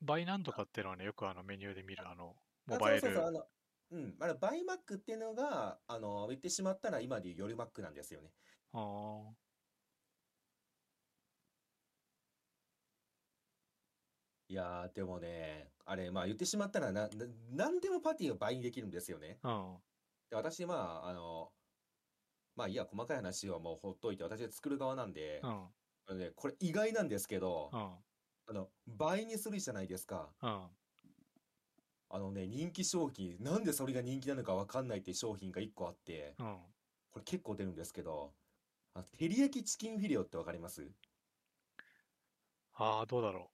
倍なんとかっていうのはね、よくあのメニューで見る、あの、モバイあそうそうルそう、。あの、うん、あれ、バイマックっていうのが、あの、言ってしまったら今でいう夜マックなんですよね。あーいやー、でもね、あれ、まあ言ってしまったらな、な、なんでもパティを倍にできるんですよね。うん。で、私、まあ、あの、まあいいや、細かい話はもうほっといて、私は作る側なんでう、ん。あのね、これ意外なんですけど、うん。あの、倍にするじゃないですか。うん。あのね、人気商品、なんでそれが人気なのかわかんないって商品が1個あって、うん。これ結構出るんですけど、あの、照り焼きチキンフィレオってわかりますああ、どうだろ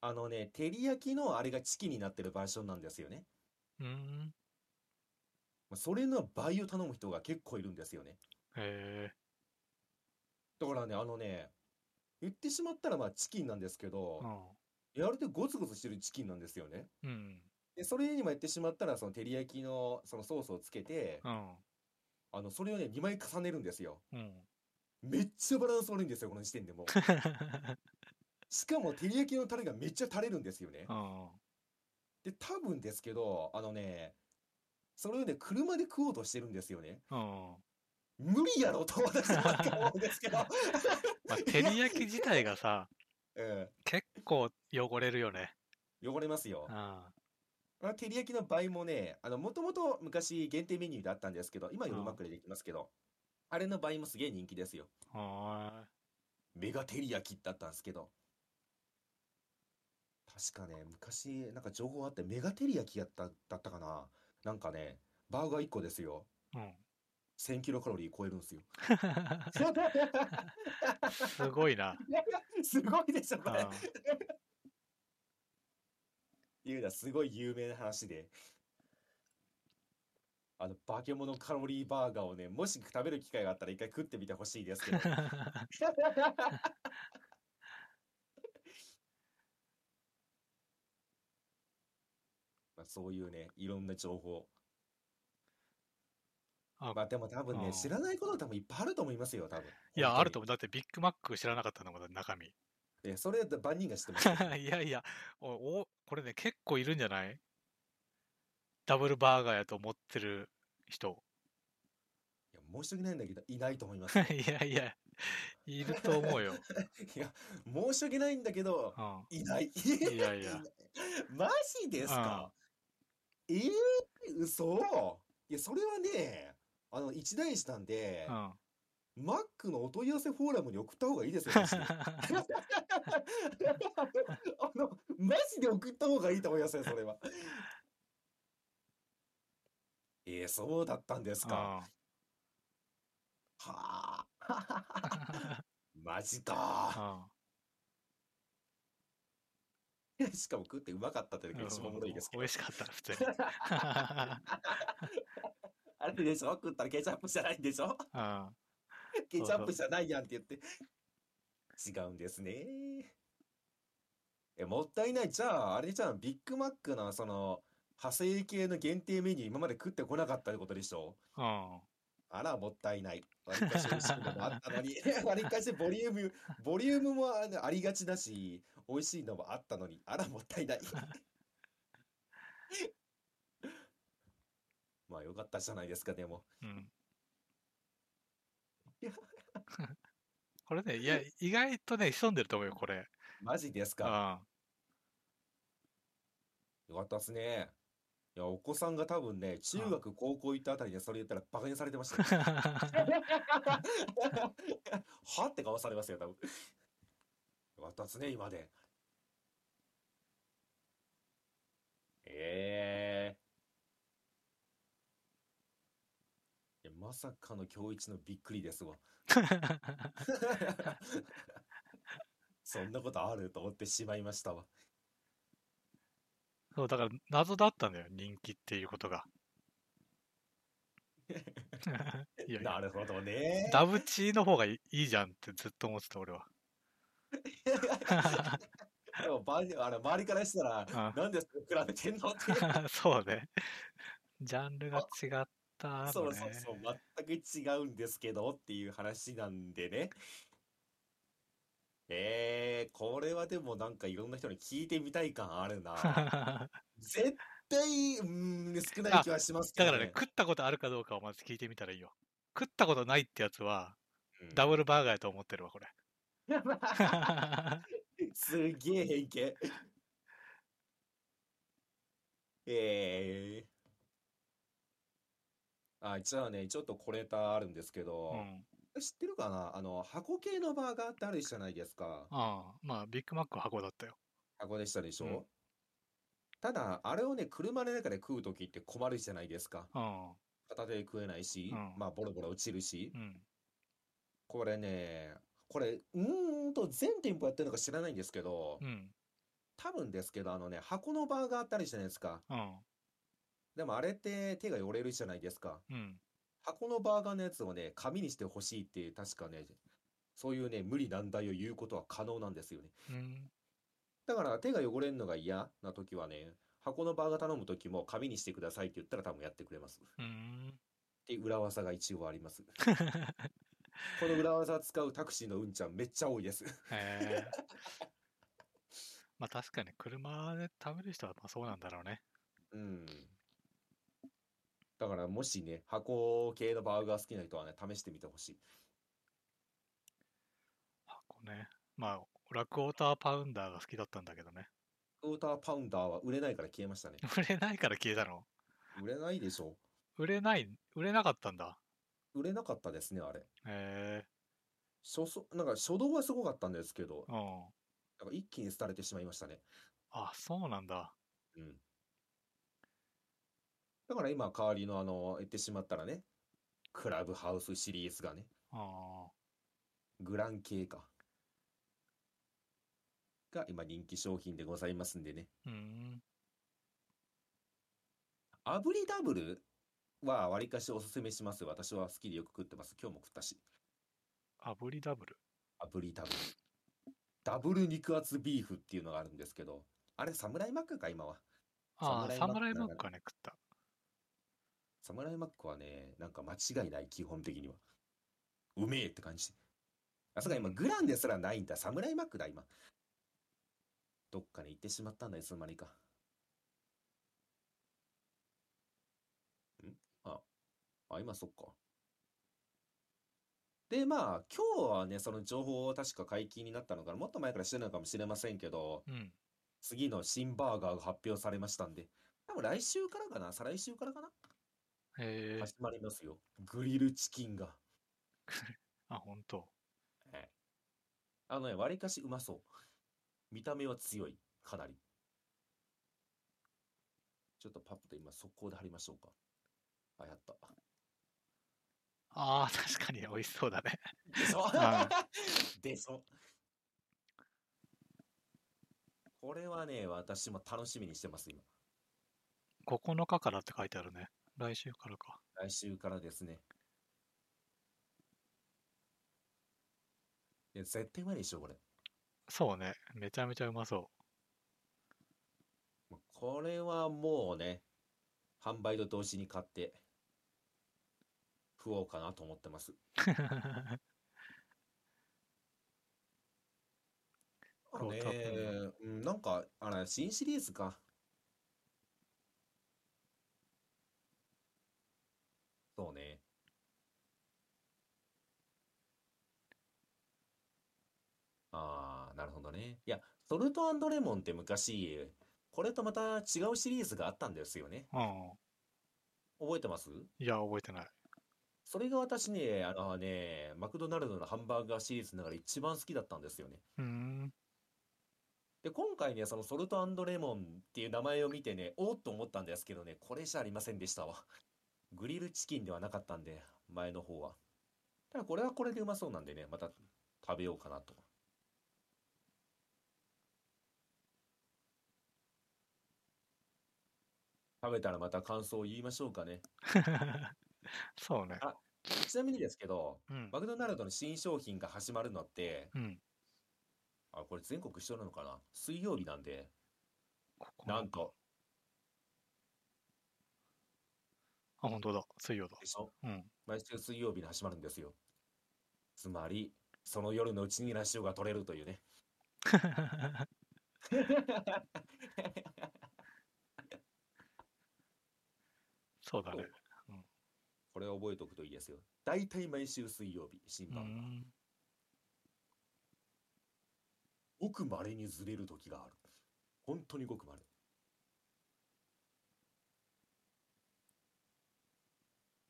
あのね、照り焼きのあれがチキンになってるバージョンなんですよね。う。うーん。まあそれの倍を頼む人が結構いるんですよね。へだからね、あのね、言ってしまったらまあチキンなんですけえ。ど、うやるとゴツゴツしてるチキンなんですよね。ん。うん。で、それにも言ってしまったら、その照り焼きのそのソースをつけて、うん。あの、それをね、2枚重ねるんですよ。 うん。めっちゃバランス悪いんですよ、この時点で もう。しかも、照り焼きのタレがめっちゃ垂れるんですよねう。ん。で、多分ですけど、あのね、それをね、車で食おうとしてるんですよね。うん。無理やろと私は思うんですけ ど。まあ、照り焼き自 体がさ、え結構汚れるよね。え汚れますよう。ん。あの照り焼きの場合もね、あの、もともと昔限定メニューだったんですけど、今よりううんまくできますけど、あれの場合もすげえ人気ですよ。はメガ照り焼きだったんですけど。確かね、昔、なんか情報あって、メガ照り焼きやった、だったかな。なんかね、バーガー1個ですよ。ーい。 1000キロカロリー超えるん ですよ。うん。すごいな。すごいでしょ、うこん。れ。いうのはすごい有名な話で。あの、化け物カロリーバーガーをね、もし食べる機会があったら一回食ってみてほしいですけど。 まあ、そういうね、いろんな情報。あまあでも多分うんね、知らないこと多分いっぱいあると思いますよ、多分。いや、あると思思う。だってビッグマック知らなかったのもんだって中身。う。え、それだ万人が知ってますよ。 いやいや、お、お、これね、結構いるんじゃないダブルバーガーやと思ってる人。いや、申し訳ないんだけど、いないと思いますよ。 いやいや、いると思うよ。いや、申し訳ないんだけど、うん。いない。いやいや マジですかええ嘘いや、それはね、あの、一大事なんでう、 ん。マックのお問い合わせフォーラムに送った方がいいですよ、マ ジであの、マジで送った方がいいと思いますよ、それは。ええそうだったんですか。はあ。 マジうん。うか。ん しかも食ってうまかったってのが一番おもろいですけ美ど。味しかった、普通に。 うあれでしょ食ったらケチャップじゃないんでしょん。ケチャップじゃないやんって言って。違うんですね。え、もったいない。じゃあ、あれじゃん、ビッグマックのその、派生系の限定メニュー今まで食ってこなかったってことでしょうん。あら、もったいない。わりかし美味しいのもあったのに。 わりかしボリューム、ボリュームもあのありがちだし、美味しいのもあったのに、あら、もった いない。まあ、よかったじゃないですか、でも。 うんいやこれね、いや、意外とね、潜んでると思うよ、これ。マジですうか。ん。よかったっすね。いや、お子さんが多分ね、中学、高校行ったあたりでそれ言ったらバカにされてましたよ。 はって顔されますよ、多分。よかったっすね、今で。ええいやまさかの今日一のびっくりですわ。そんなことあると思ってしまいましたわ。 そう、だから謎だったんだよ、人気っていうこと が。いやいやなるほどね。ダブチの方がいいいいじゃんってずっと思ってた、俺は。 でもばあの周りからしたら、うなんでそれ比べてんのって。んそうね。ジャンルが違ったのね。そうそうそう、全く違うんですけどっていう話なんでね。えー、これはでもなんかいろんな人に聞いてみたい感あ るな。絶対、うーん、少ない気はしますけだかどらね、ね。食ったことあるかどうかをまず聞いてみたらいいよ。食ったことないってやつは、うん ダブルバーガーやと思ってるわ、これ。すっげえ偏見。ええあ、じゃあね、ちょっとこれたあるんですけうど、ん。知ってるかなあの、箱系のバーガーってあるじゃないですか。ああ、まあ、ビッグマックは箱だったよ。箱でしたでしうんょただ、あれをね、車の中で食うときって困るじゃないですか。うん。片手で食えないしう、んまあ、ボロボロ落ちるしう。ん。これね、これ、うーんと全店舗やってるのか知らないんですけどう、ん。多分ですけど、あのね、箱のバーガーってあるじゃないですか。うん。でもあれって手が汚れるじゃないですか。うん。箱のバーガーのやつをね、紙にしてほしいって、確かね、そういうね、無理難題を言うことは可能なんですよね。うん。だから手が汚れるのが嫌な時はね、箱のバーガー頼む時も紙にしてくださいって言ったら多分やってくれます。っうん。ていう裏技が一応あります。この裏技使うタクシーのうんちゃんめっちゃ多い です。えーまあ確かに車で食べる人はまあそうなんだろうね。うん。だからもしね、箱系のバーガー好きな人はね、試してみてほしい。箱ね。まあ、俺はクォーターパウンダーが好きだったんだけどね。 クォーターパウンダーは売れないから消えましたね。売れないから消えたの売れないでしょ。売れない、売れなかったんだ。売れなかったですね、あれ。え初速なんか初動はすごかったんですけどえ、うん。なんか一気に廃れてしまいましたね。あ、そうなんだ。うん。だから今、代わりのあの、言ってしまったらね、クラブハウスシリーズがね、あグラン系か。が今人気商品でございますんでね。ーうん。炙りダブルはわりかしおすすめしますよ。私は好きでよく食ってます。今日も食ったし。炙りダブル。炙りダブル。ダブル肉厚ビーフっていうのがあるんですけど、あれ、サムライマックか、今は。ああ、ササムムラライイママックックはね、食った。サムライマックはね、なんか間違いない、基本的には。うめえって感じ。あ、そうか、今、グランですらないんだ。サムライマックだ、今。どっかに行ってしまったんだ、いつの間にか。んあ、あ、今、そっか。で、まあ、今日はね、その情報を確か解禁になったのかな。もっと前からしてるのかもしれませんけど、うん。次の新バーガーが発表されましたんで、多分来週からかな、再来週からかな。ええ始まりますよ。グリルチキンが。あ、本当。はいあのね、わりかしうまそう。見た目は強い。かなり。ちょっとパッと今、速攻で貼りましょうか。あ、やった。ああ、確かに 美味しそうだね。でしょ はでしょこれはね、私も楽しみにしてます、今。 9日からって書いてあるね。来週からか。来週からですね。いや、絶対うまいでしょ、これ。そうね。めちゃめちゃうまそまあこれはもうね、販売と同時に買って、食おうかなと思ってま す。う。クォローねタープえ、うんなんか、あれ、新シリーズか。そうね。ああ、なるほどね。いや、ソルトレモンって昔、これとまた違うシリーズがあったんですよね。うん。覚えてますいや、覚えてない。それが私ね、あのね、マクドナルドのハンバーガーシリーズの中で一番好きだったんですよね。うーん。 で、今回ね、そのソルトレモンっていう名前を見てね、おーっと思ったんですけどね、これじゃありませんでしたわ。 グリルチキンではなかったんで、前の方は。ただこれはこれでうまそうなんでね、また食べようかなと。食べたらまた感想を言いましょうかね。そうね。ちなみにですけど、うん。マクドナルドの新商品が始まるのって、うん。あ、これ全国一緒なのかな水曜日なんで、ここなんと、あ、本当だ。水曜だ。でしょうん。 毎週水曜日に始まるんですよ。つまり、その夜のうちにラジオが取れるというね。そうだね。これを覚えておくといいですよ。大体毎週水曜日、新うー版。ん。ごく稀にずれる時がある。本当にごく稀。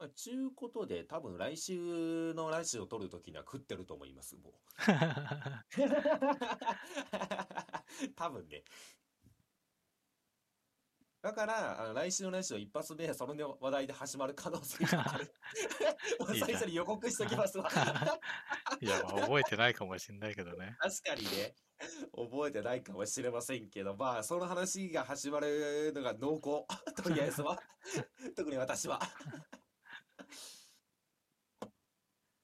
まあ、ちゅうことで、多分来週のラジオを撮るときには食ってると思います、もう。多分ね。だから、あの来週の来週一発目、その話題で始まる可能性がある。いいじゃん最初に予告しときま すわ。確かいや、まあ、覚えてないかもしんないけどね。にね。覚えてないかもしれませんけど、まあ、その話が始まるのが濃厚。 とりあえ ずは。特に私は。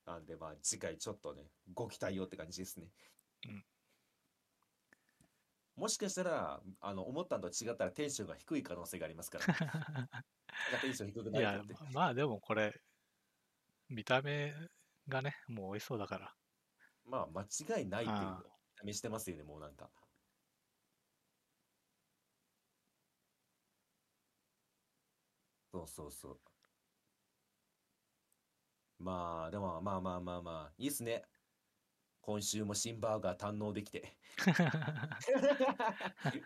なんで、まあ、次回ちょっとね、ご期待をって感じですね。うんもしかしたら、あの、思ったのと違ったらテンションが低い可能性がありますから。なんかテンション低くいないやって。、まあでもこれ、見た目がね、もう美味しそうだから。まあ、間違いないっていうのあを試してますよね、もうなんか。そうそうそう。まあ、でも、まあまあまあまあ、いいっすね。今週も新バーガー堪能で きて。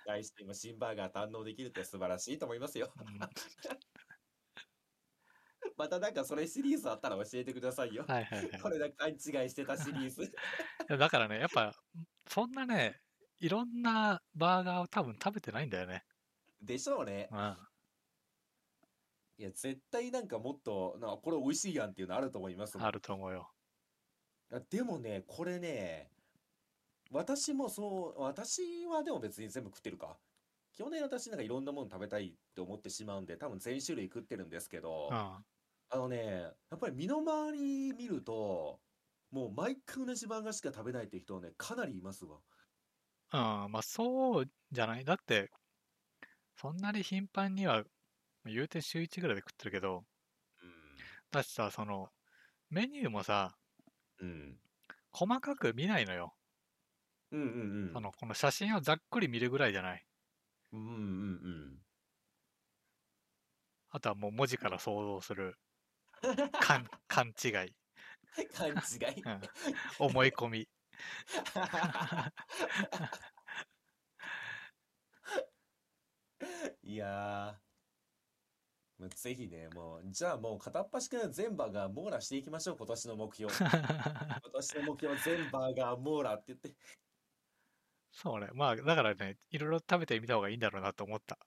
来週も新バーガー堪能できるって素晴らしいと思いますよ。 うんまたなんかそれシリーズあったら教えてくださいよ。はいはいはいこれだけ勘違いしてたシリーズ。いやだからね、やっぱ、そんなね、いろんなバーガーを多分食べてないんだよね。でしょうねう。ん。いや、絶対なんかもっと、なんかこれ美味しいやんっていうのあると思いますもんあると思うよ。あでもね、これね、私もそう、私はでも別に全部食ってるか。基本的に私なんかいろんなもの食べたいって思ってしまうんで、多分全種類食ってるんですけど、うん。ああのね、やっぱり身の回り見ると、もう毎回同じ漫画しか食べないっていう人はね、かなりいますわ。あまあそうじゃない。だって、そんなに頻繁には、言うて週1ぐらいで食ってるけど、だしさ、その、メニューもさ、うん。うん。細かく見ないのよ。うんうんうん。その、この写真をざっくり見るぐらいじゃない。うんうん うん。あとはもう文字から想像する。 勘、勘違い。勘違い。うん思い込 み。いやー、もうぜひね、もう、じゃあもう片っ端から全バーガー網羅していきましょう、今年の目標。今年の目標、全バーガー網羅って言って。そうね。まあ、だからね、いろいろ食べてみた方がいいんだろうなと思った。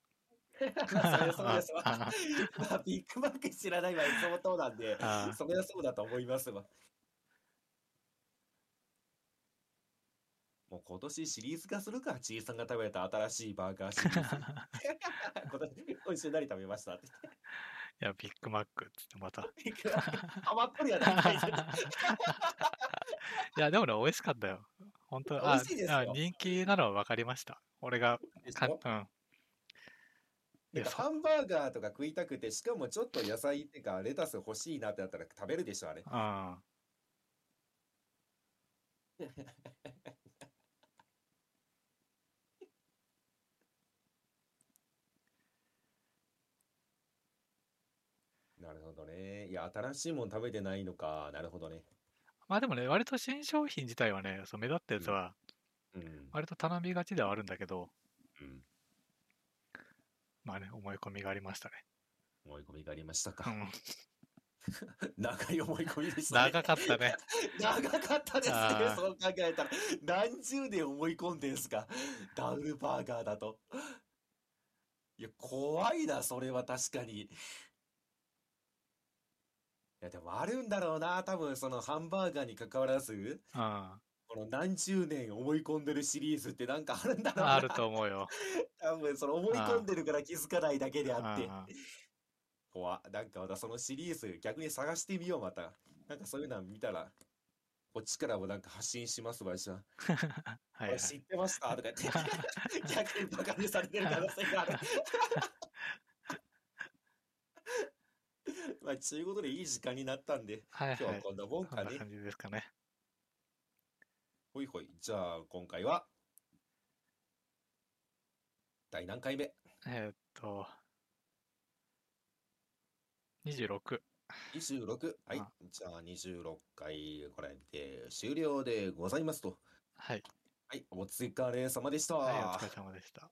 まあ、そりゃそうですわ。 まあ、ビッグマック知らないはいつもそうなんで、あそりゃそうだと思いますわ。もう今年シリーズ化するか、ちいさんが食べた新しいバーガーシリーズ。今年今週何食べましたって。いや、ビッグマックっつってまた。ハマっとるやないかい。いや、でもね、美味しかったよ。本当美味しいですよあ人気なのは分かりました。俺が、でしかょうん。いなんや、かそハンバーガーとか食いたくて、しかもちょっと野菜っていうかレタス欲しいなってなったら食べるでしょ、あれ。うん。なるほどね。いや、新しいもん食べてないのか。なるほどね。まあでもね、割と新商品自体はね、そう目立ったやつは、うん。割と頼みがちではあるんだけど、うん。まあね、思い込みがありましたね。思い込みがありましたうか。ん、 長い思い込みでしたね。長かったね。 長かったですねあー、そう考えたら。何十年思い込んでんすか。ダブルバーガーだと。いや、怖いな、それは確かに。いや、でもあるんだろうな、多分そのハンバーガーに関わらず、うん。あこの何十年思い込んでるシリーズってなんかあるんだろうな。ると思うよ。多分その思い込んでるから気づかないだけでうあって。ん怖なんかまたそのシリーズ逆に探してみようまた。なんかそういうの見たら、こっちからもなんか発信しますわ、じゃあ。はいこはれい。知ってましたとか言って、 逆にバカにされてる可能性が ある。 まあ、ちゅうことでいい時間になったんで、はい今日は。はいこんなもんこかんなね。感じですかね。ほいほい。じゃあ、今回は、第何回目えーっと、26。 ?26。はいあ。じゃあ、26回、これで終了でございますと。はい。はい、お疲れ様でした。はい、お疲れ様でした。